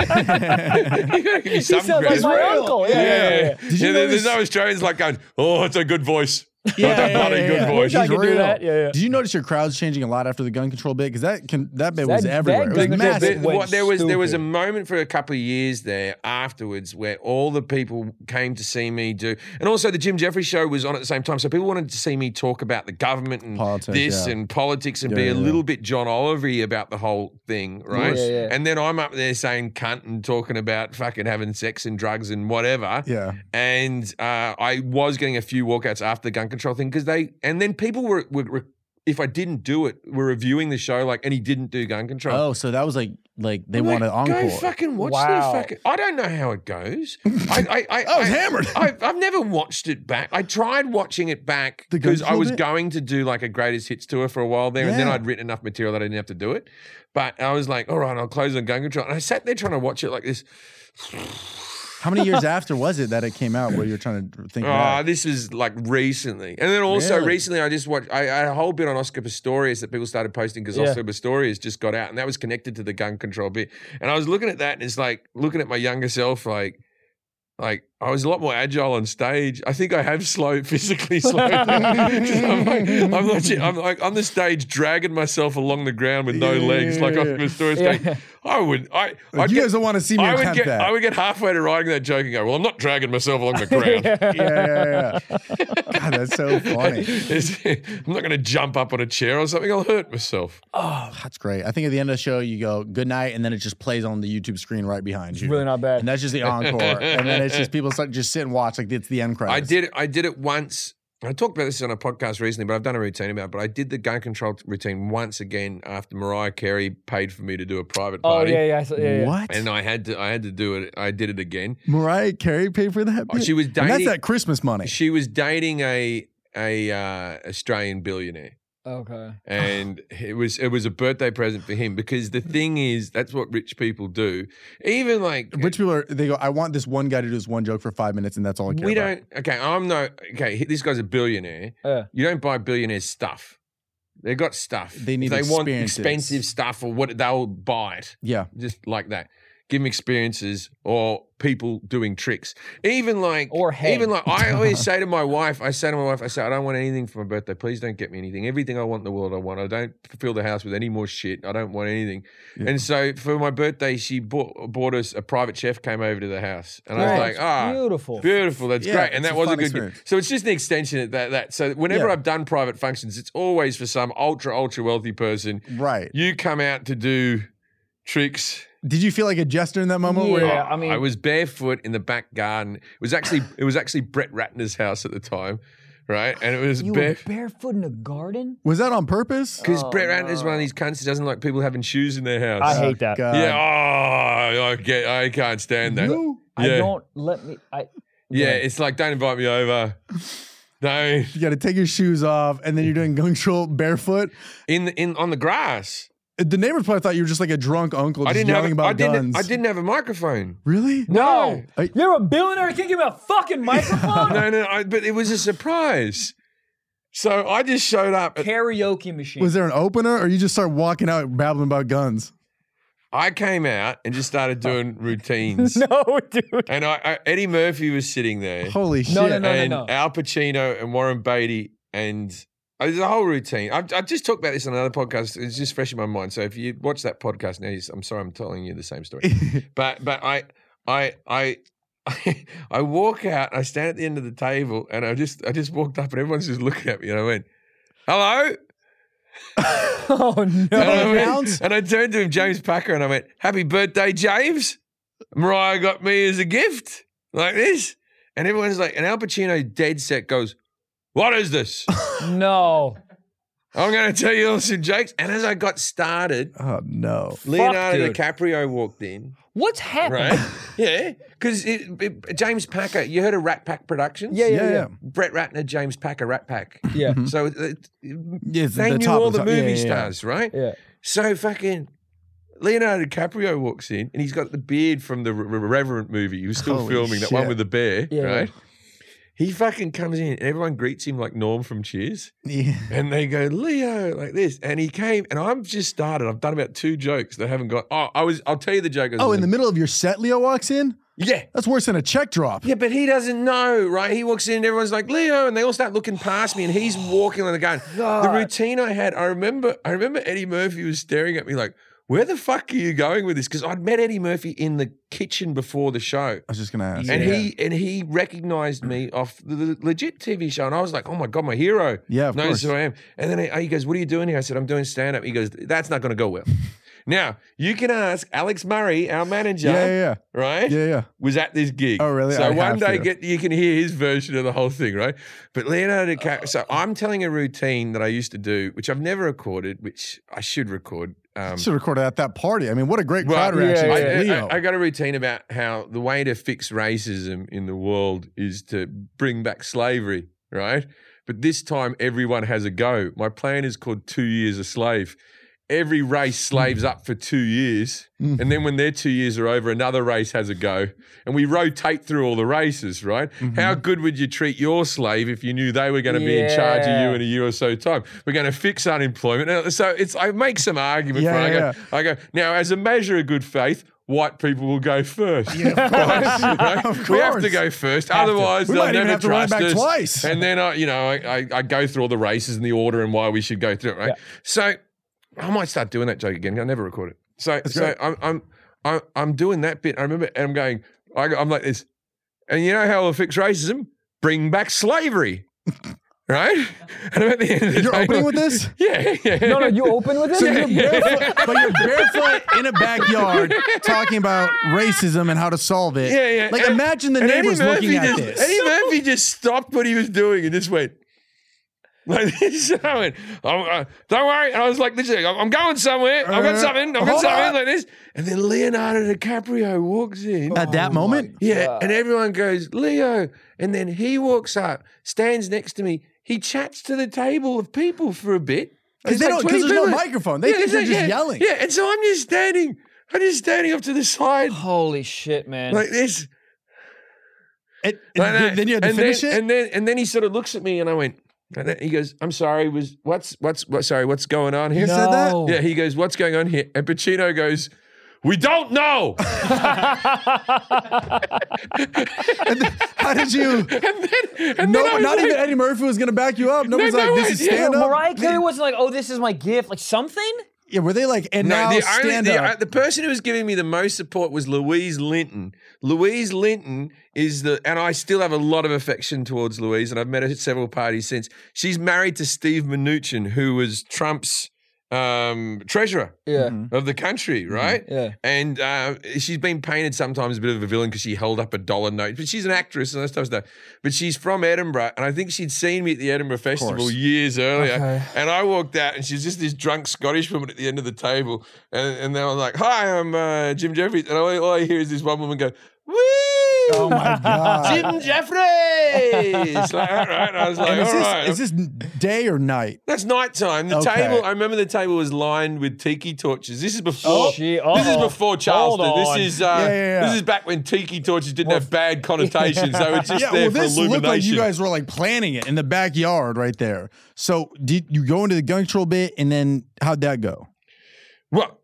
You gotta give me
he
some
sounds like
credit.
my uncle. Yeah, yeah, yeah.
Yeah,
Did you
there- there's
notice-
no Australians like going, "Oh, it's a good voice."
Yeah,
That's a bloody good voice.
He's
I
can do
real.
that. Yeah, yeah.
Did you notice your crowd's changing a lot after the gun control bit? Because that can, that bit
That-
was
that
everywhere. It was
gun control
There-
massive.
bit- went
what- there was there was a
stupid.
moment for a couple of years there afterwards where all the people came to see me do, and also the Jim Jeffries show was on at the same time, so people wanted to see me talk about the government and
Politics,
this
yeah.
and politics and
Yeah,
be a
yeah,
little bit John Olivery about the whole thing, right?
Yeah, yeah.
And then I'm up there saying cunt and talking about fucking having sex and drugs and whatever.
Yeah.
and uh, I was getting a few walkouts after the gun control thing because they and then people were, were, were if I didn't do it, we're reviewing the show like, and he didn't do gun control.
Oh, so that was like like they
I'm
wanted
like,
encore.
Go fucking watch
Wow.
the fucking. I don't know how it goes. I, I, I, I
was hammered.
I, I've never watched it back. I tried watching it back
The gun
because I
club
was
bit?
going to do like a greatest hits tour for a while there, and then
Yeah.
I'd written enough material that I didn't have to do it. But I was like, all right, I'll close on gun control. And I sat there trying to watch it like this.
How many years after was it that it came out? What you're trying to think
Ah,
about?
this is like recently, and then also
Really?
recently, I just watched. I, I had a whole bit on Oscar Pistorius that people started posting because
Yeah.
Oscar Pistorius just got out, and that was connected to the gun control bit. And I was looking at that, and it's like looking at my younger self, like, like I was a lot more agile on stage. I think I have slowed physically slowed. down. 'Cause I'm like, I'm, not, I'm like on the stage dragging myself along the ground with no
Yeah, yeah,
legs, like
yeah,
Oscar
yeah.
Pistorius.
Yeah.
Going, I would, I,
Like,
I'd
you
get-
guys don't want to see me
I would
attempt
get
that.
I would get halfway to writing that joke and go, well, I'm not dragging myself along the ground.
yeah, yeah, yeah. God, that's so funny.
It's- I'm not going to jump up on a chair or something. I'll hurt myself.
That's great. I think at the end of the show, you go good night, and then it just plays on the YouTube screen right behind you.
really not bad.
And that's just the encore, and then it's just people start just sit and watch like it's the end credits.
I did. I did it once. I talked about this on a podcast recently, but I've done a routine about. it. But I did the gun control routine once again after Mariah Carey paid for me to do a private
oh
party,
yeah, yeah, I saw- yeah, yeah.
What?
and uh, I had to. I had to do it. I did it again.
Mariah Carey paid for that?
Oh, she was
And that's
dating-
that Christmas money.
She was dating a a uh, Australian billionaire.
Okay.
and it was it was a birthday present for him because the thing is that's what rich people do. Even like
Rich people are, they go, I want this one guy to do this one joke for five minutes and that's all I care
we
about.
don't. Okay, I'm no. Okay, he- this guy's a billionaire.
Yeah.
You don't buy billionaires stuff. They got stuff.
They need
If they want
experiences.
expensive stuff or what they'll buy it
Yeah.
just like that. Give them experiences or people doing tricks. Even like
Or head.
even like I always say to my wife, I say to my wife, I say, I don't want anything for my birthday. Please don't get me anything. Everything I want in the world, I want. I don't fill the house with any more shit. I don't want anything. And so for my birthday, she bought bought us a private chef came over to the house, and I was
Right.
like, ah,
Beautiful.
beautiful. That's
Yeah,
great. And
it's
that
a
was a
fun
good.
experience.
So it's just an extension of that. That so whenever
Yeah.
I've done private functions, it's always for some ultra ultra wealthy person.
Right.
You come out to do tricks.
Did you feel like a jester in that moment?
Yeah,
Where,
I mean,
I was barefoot in the back garden. It was actually it was actually Brett Ratner's house at the time, right? And it was
you
bare
were barefoot in a garden.
was that on purpose?
because Brett Ratner's one of these cunts who doesn't like people having shoes in their
I
house.
hate that.
God.
yeah, oh, I get, I can't stand that.
You?
I
Yeah.
don't let me. I
yeah, it's like don't invite me over. No,
You got to take your shoes off, and then you're doing gung troll barefoot.
in in on the grass.
The neighbors probably thought you were just like a drunk uncle just
I didn't
yelling
have.
about
I didn't.
guns.
I didn't have a microphone.
Really?
No,
You're a billionaire. You can't give me a fucking microphone.
no, no. I, but it was a surprise. So I just showed up. at-
Karaoke machine.
Was there an opener, or you just start walking out babbling about guns?
I came out and just started doing routines.
no, dude.
And I, I, Eddie Murphy was sitting there,
Holy shit!
No, no, no.
and
no.
Al Pacino and Warren Beatty, and uh, there's a whole routine. I, I just talked about this on another podcast. It's just fresh in my mind. So if you watch that podcast now, you s- I'm sorry, I'm telling you the same story. but but I I I. I, walk out. I stand at the end of the table, and I just I just walked up, and everyone's just looking at me. And I went, "Hello,"
Oh
and, I
no.
went-
announce?
and I turned to him, James Packer, and I went, Happy birthday, James. Mariah got me as a gift, like this. And everyone's like, and Al Pacino dead set goes, What is this?
no.
I'm going to tell you all some jokes. And as I got started,
Oh no!
Leonardo
dude.
DiCaprio walked in,
What's happening?
right? yeah. Because James Packer, you heard of Rat Pack Productions?
Yeah, yeah,
Yeah,
yeah.
yeah.
Brett Ratner, James Packer, Rat Pack.
Yeah.
So it- it-
Yeah, it's
they
the
knew
top of
all
the
the,
top. Yeah,
movie
yeah, yeah.
stars, right?
Yeah.
So fucking Leonardo DiCaprio walks in and he's got the beard from the Re- Re- Reverend movie. He was still
Holy
filming that one
shit.
with the bear,
Yeah,
right? He fucking comes in and everyone greets him like Norm from Cheers.
Yeah.
And they go, Leo, like this. And he came and I'm just started. I've done about two jokes that haven't got. Oh, I was, I'll tell you the joke. I was
Oh, in the middle of your set, Leo walks in.
Yeah.
That's worse than a check drop.
Yeah, but he doesn't know, right? He walks in and everyone's like, Leo, and they all start looking past me and he's walking on the gun. The routine I had, I remember I remember Eddie Murphy was staring at me like, where the fuck are you going with this? Because I'd met Eddie Murphy in the kitchen before the show.
I was just gonna ask.
And he and he recognized me off the- the legit TV show, and I was like, "Oh my god, my hero!"
Yeah, of
knows
course.
who I am. And then he, he goes, "What are you doing here?" I said, "I'm doing stand up." He goes, "That's not going to go well." Now you can ask Alex Murray, our manager,
Yeah, yeah, Um,
right?
yeah, yeah, yeah.
was at this gig.
Oh, really?
So
I'd
one
have
day
to.
get you can hear his version of the whole thing, right? But Leonardo DiCaprio. so I'm telling a routine that I used to do, which I've never recorded, which I should record. Um,
Should record it at that party. I mean, what a great
well,
crowd reaction
I,
from
I-
Leo.
I, I got a routine about how the way to fix racism in the world is to bring back slavery, right? But this time everyone has a go. My plan is called Two Years a Slave. Every race slaves up for two years. And then when their two years are over, another race has a go. And we rotate through all the races, right? How good would you treat your slave if you knew they were going to be in charge of
Yeah.
you in a year or so time? We're going to fix unemployment. And So it's I make some argument
Yeah,
for it. I go,
yeah.
I go, now, as a measure of good faith, white people will go first. Right? We have to
course.
go first. Otherwise,
We
they'll
might
never
even have to run it
trust
back
us.
twice.
And then, I, you know, I, I, I go through all the races and the order and why we should go through it, right? So I might start doing that joke again. I'll never record it. So, so I'm, I'm, I'm, I'm doing that bit. I remember, and I'm going, I, go- I'm like this. And you know how we'll fix racism? Bring back slavery. Right? And I'm at the end of the
You're
day,
opening with this?
Yeah, yeah.
No, no, you open with it.
barefoot, but you're barefoot in a backyard talking about racism and how to solve it.
Yeah, yeah.
Like,
And-
imagine the
and Eddie
neighbors
Murphy
looking
just,
at this.
Eddie Murphy just stopped what he was doing and just went like this. I went, "Oh, uh, don't worry. And I was like, this, I'm I'm going somewhere. I've got
Uh,
something. I've got
hold
something
on.
like this. And then Leonardo DiCaprio walks in.
At that moment,
yeah, and everyone goes Leo. And then he walks up, stands next to me. He chats to the table of people for a bit.
because they
like
don't,
20
because there's no
people.
microphone. They
Yeah,
think they're
there's
just
no- yeah,
yelling.
Yeah, and so I'm just standing. I'm just standing up to the side
Oh,
Holy shit, man.
like this.
And,
Like
and
that.
then, then you had to
and
finish
then,
it.
And then and then he sort of looks at me and I went, and then he goes, I'm sorry, was what's what's what sorry, what's going on here?
You said that?
Yeah, he goes, What's going on here? And Pacino goes, We don't know.
How did you?
and then and
No,
then I was
not
like,
even Eddie Murphy was going to back you up. Nobody's
No,
like,
no
this is
idea.
stand up.
Mariah Carey wasn't like, oh, this is my gift, like something.
Yeah, were they like, and
No,
now
the, only,
stand
the, uh,
up?
the person who was giving me the most support was Louise Linton. Louise Linton is the, and I still have a lot of affection towards Louise, and I've met her at several parties since. She's married to Steve Mnuchin, who was Trump's um, treasurer
Yeah.
Mm-hmm.
of the
Mm,
country, right?
Yeah.
And uh, she's been painted sometimes a bit of a villain because she held up a dollar note, but she's an actress and that type of stuff. But she's from Edinburgh, and I think she'd seen me at the Edinburgh Festival years earlier. And I walked out, and she's just this drunk Scottish woman at the end of the table. And, and then I'm like, Hi, I'm uh, Jim Jeffries. And all, I- all I hear is this one woman go, Woo!
Oh my god!
Jim Jeffries! like, all right. I was like,
And is,
all
this,
right.
is this day or night?
That's nighttime. The
Okay.
table, I remember the table was lined with tiki torches. This is
Oh,
before
shit.
this is
Uh-oh.
before Charleston.
Hold
This
on.
is uh,
Yeah, yeah, yeah.
this is back when tiki torches didn't have bad connotations. They were just
Yeah,
there
well,
for
this looked
illumination.
like you guys were like planning it in the backyard right there. So did you go into the gun control bit, and then how'd that go?
well,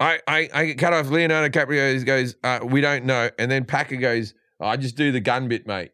I, I, I get cut off. Leonardo DiCaprio goes, uh, we don't know. And then Packer goes, I just do the gun bit, mate.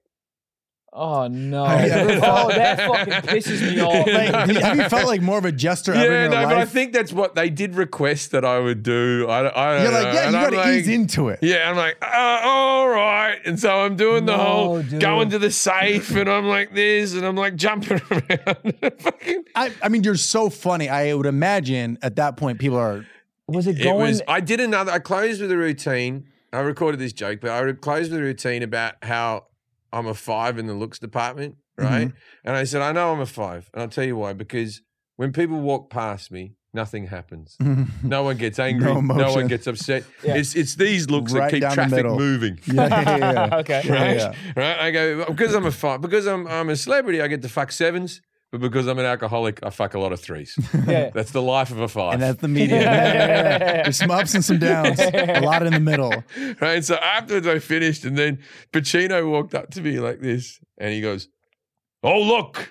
Oh no.
Yeah.
oh, that fucking pisses me off.
Yeah.
Like, did- have you felt like more of a jester ever
Yeah,
in your
no,
life?
but I think that's what they did request that I would do. I, don't- I don't
You're
know.
like, yeah, you
And I'm
got to
like-
ease into it.
Yeah, I'm like, uh, all right. And so I'm doing the
No,
whole
dude.
going to the safe, and I'm like this, and I'm like jumping around. Fucking-
I, I mean, you're so funny. I would imagine at that point people are.
Was it
it
going?
was. I did another. I closed with a routine. I recorded this joke, but I re- closed with a routine about how I'm a five in the looks department,
Mm-hmm.
right? And I said, I know I'm a five, and I'll tell you why. Because when people walk past me, nothing happens. no one gets angry.
No
no one
emotion.
gets upset. It's it's these looks that
Right
keep
down the
traffic
middle.
moving.
Yeah, yeah, yeah.
okay.
right?
Yeah.
Right? I go because I'm a fuck because I'm I'm a celebrity. I get to fuck sevens, but because I'm an alcoholic, I fuck a lot of threes.
Yeah.
That's the life of a five.
And that's the media. Yeah, yeah, yeah. There's some ups and some downs. A lot in the middle.
right? So afterwards, I finished, and then Pacino walked up to me like this, and he goes, "Oh look."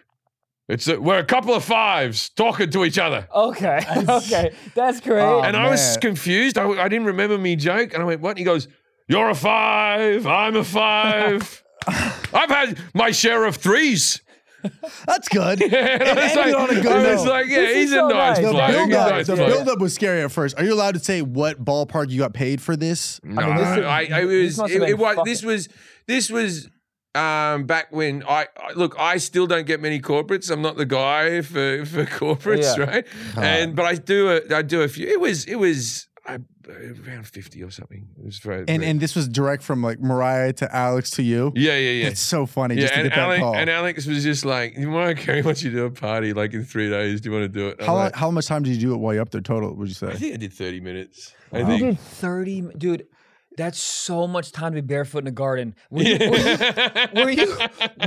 It's a, we're a couple of fives talking to each other,
Okay. Okay. That's great.
Oh,
and I was
man.
confused. I, I didn't remember me joke, and I went, "What?" And he goes, "You're a five. I'm a five. I've had my share of threes.
That's good.
And I was
ended
like,
on a good
I was
note.
like, yeah,
This is
he's a
so
nice
nice.
The
bloke. He's
Like,
a
build up,
nice
the
bloke.
build up was scary at first. Are you allowed to say what ballpark you got paid for this?
No, I, I, it
this
was,
must
it,
have been
it was,
fucking-
this was, this was, um, back when I, I look, I still don't get many corporates. I'm not the guy for for corporates,
Yeah.
right? And but I do, a, I do a few. It was, it was. I, around 50 or something. It was very,
And
very-
and this was direct from like Mariah to Alex to you.
yeah, yeah, yeah.
It's so funny
yeah,
just to
and
get that
Alex,
call.
and Alex was just like, Mariah Carey wants you to do a party like in three days. Do you want to do it? I'm
how,
like,
long, how much time did you do it while you're up there total, would you
I
say?
think I did 30 minutes. I
Wow.
You
think.
did 30, mi- dude. That's so much time to be barefoot in the garden. Were you, were, you,
Yeah.
were you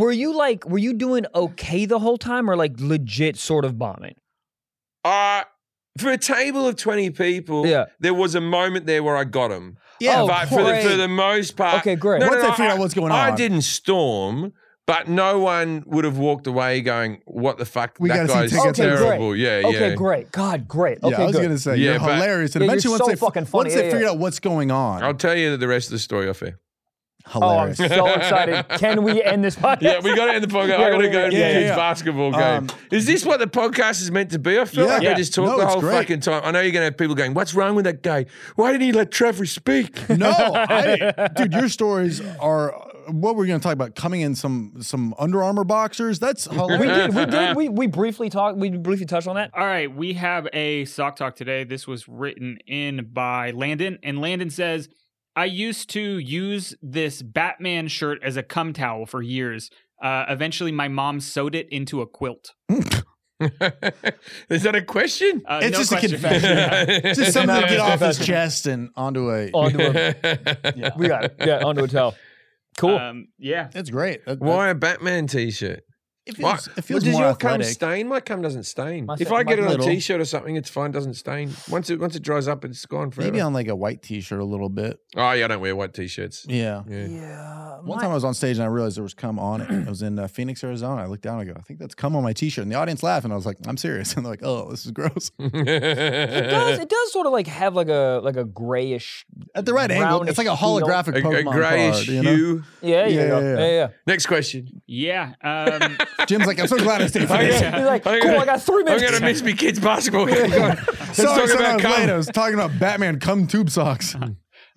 were you like were you doing okay the whole time or like legit sort of bombing?
Uh, for a table of 20 people,
Yeah.
there was a moment there where I got them.
Yeah, Oh,
but for the, for
great.
the most part.
Okay, great.
Once they figure
I-
out what's going
I
on.
didn't storm, but no one would have walked away going, what the fuck?
We
that
gotta see
guy's
tickets. eh?
Okay,
terrible. Yeah,
okay,
yeah.
great. God, great.
Yeah,
Okay,
I was
good.
gonna say
Yeah,
you're
but-
hilarious. And
Yeah, you're
eventually
so
once they
fucking funny.
once
Yeah,
they
yeah.
figured out what's going on,
I'll tell you the rest of the story off air.
Oh, I'm
hilarious.
so excited. Can we end this podcast?
Yeah, we got to end the podcast.
Yeah,
I got to
we-
go to the
yeah,
kids'
yeah.
basketball game.
Um,
is this what the podcast is meant to be? I feel
Yeah.
like I
Yeah.
just talk
No,
the
it's
whole
great.
fucking time. I know you're going to have people going, "What's wrong with that guy? Why didn't he let Trevor speak?"
No, I, dude, your stories are what we're going to talk about. Coming in some some Under Armour boxers. That's
we
hilarious.
did. We did. We, we briefly talked. We briefly touched on that.
All right, we have a sock talk today. This was written in by Landon, and Landon says, "I used to use this Batman shirt as a cum towel for years. Uh, eventually, my mom sewed it into a quilt."
is that a question?
Uh,
It's
no
just a
question.
confession.
Just
Somehow
somehow
get off his chest and onto a.
Oh, Onto a, we got it. Yeah, onto a towel. Cool.
Um, yeah.
That's great. That- that-
Why a Batman T-shirt?
It
Why?
feels, it feels
well, does
more
your cum
athletic.
stain? My cum doesn't stain.
My
if
sa-
I get
my
it on
little.
a T-shirt or something, it's fine. Doesn't stain. Once it once it dries up, it's gone forever.
Maybe on like a white T-shirt a little bit.
oh yeah, I don't wear white T-shirts.
Yeah.
Yeah.
yeah.
One time I was on stage and I realized there was cum on it. I was in uh, Phoenix, Arizona. I looked down and I go, I think that's cum on my T-shirt. And the audience laughed, and I was like, I'm serious. And they're like, Oh, this is gross.
It does. It does sort of like have like a like a grayish.
At the right angle,
Brownish
it's like a
heel.
holographic
A, a
Pokemon
grayish
card. You know?
hue.
Yeah. Yeah.
Yeah,
Yeah.
yeah,
Yeah.
yeah.
yeah,
Next question.
Yeah. Um,
Jim's like, I'm so glad I stayed for this.
Okay.
He's like,
I'm
cool.
gonna-
I got three
I'm
minutes.
gonna miss my kids' basketball. game. Go on. Let's
Sorry,
talk
sorry,
about
I was late. I
cum.
was talking about Batman cum tube socks.
Uh,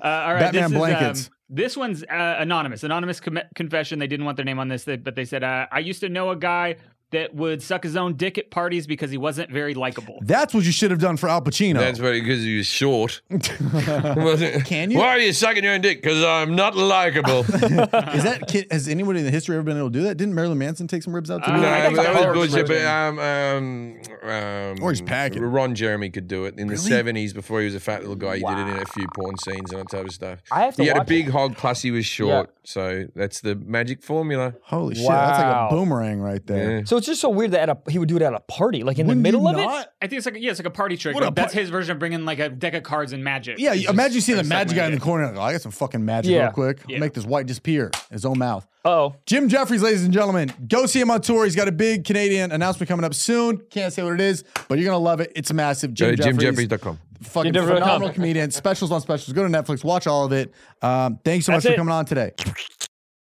all right,
Batman
this is, um,
blankets.
this one's uh, anonymous. Anonymous com- confession. They didn't want their name on this, they- but they said, uh, "I used to know a guy that would suck his own dick at parties because he wasn't very likable."
That's what you should have done for Al Pacino.
That's what because you're short. Can
you?
Why are you sucking your own dick? Because I'm not likable. no,
Is that kid, has anybody in the history ever been able to do that? Didn't Marilyn Manson take some ribs out too?
Uh, I
that
think I
was
heard
bullshit. But
something.
um, um, um,
Or just pack it.
Ron Jeremy could do it in the '70s before he was a fat little guy. He did it in a few porn scenes and that type of stuff.
I have to
He had a
watch
big
it.
hog, plus he was short. So that's the magic formula.
Holy
Shit, that's
Wow.
like a boomerang right there.
Yeah.
So it's just so weird that at a, he would do it at a party, like in
Wouldn't
the middle
you
of it.
not?
I think it's like yeah, it's like a party trick.
What a
like, that's
par-
his version of bringing like a deck of cards and magic.
Yeah,
It's
you-
just-
imagine seeing
or
the magic
something
guy in the
like
corner. like, "Oh, I got some fucking magic
Yeah.
real quick. I'll
Yeah.
Make this white disappear. His own mouth.
Oh,
Jim Jeffries, ladies and gentlemen, go see him on tour. He's got a big Canadian announcement coming up soon. Can't say what it is, but you're gonna love it. It's massive.
Go
Jim
to
Jeffries,
JimJeffries.com.
fucking
Jim Jeffries dot com.
phenomenal comedian. Specials on specials. Go to Netflix, watch all of it. Um, thanks so
That's
much for
it.
coming on today.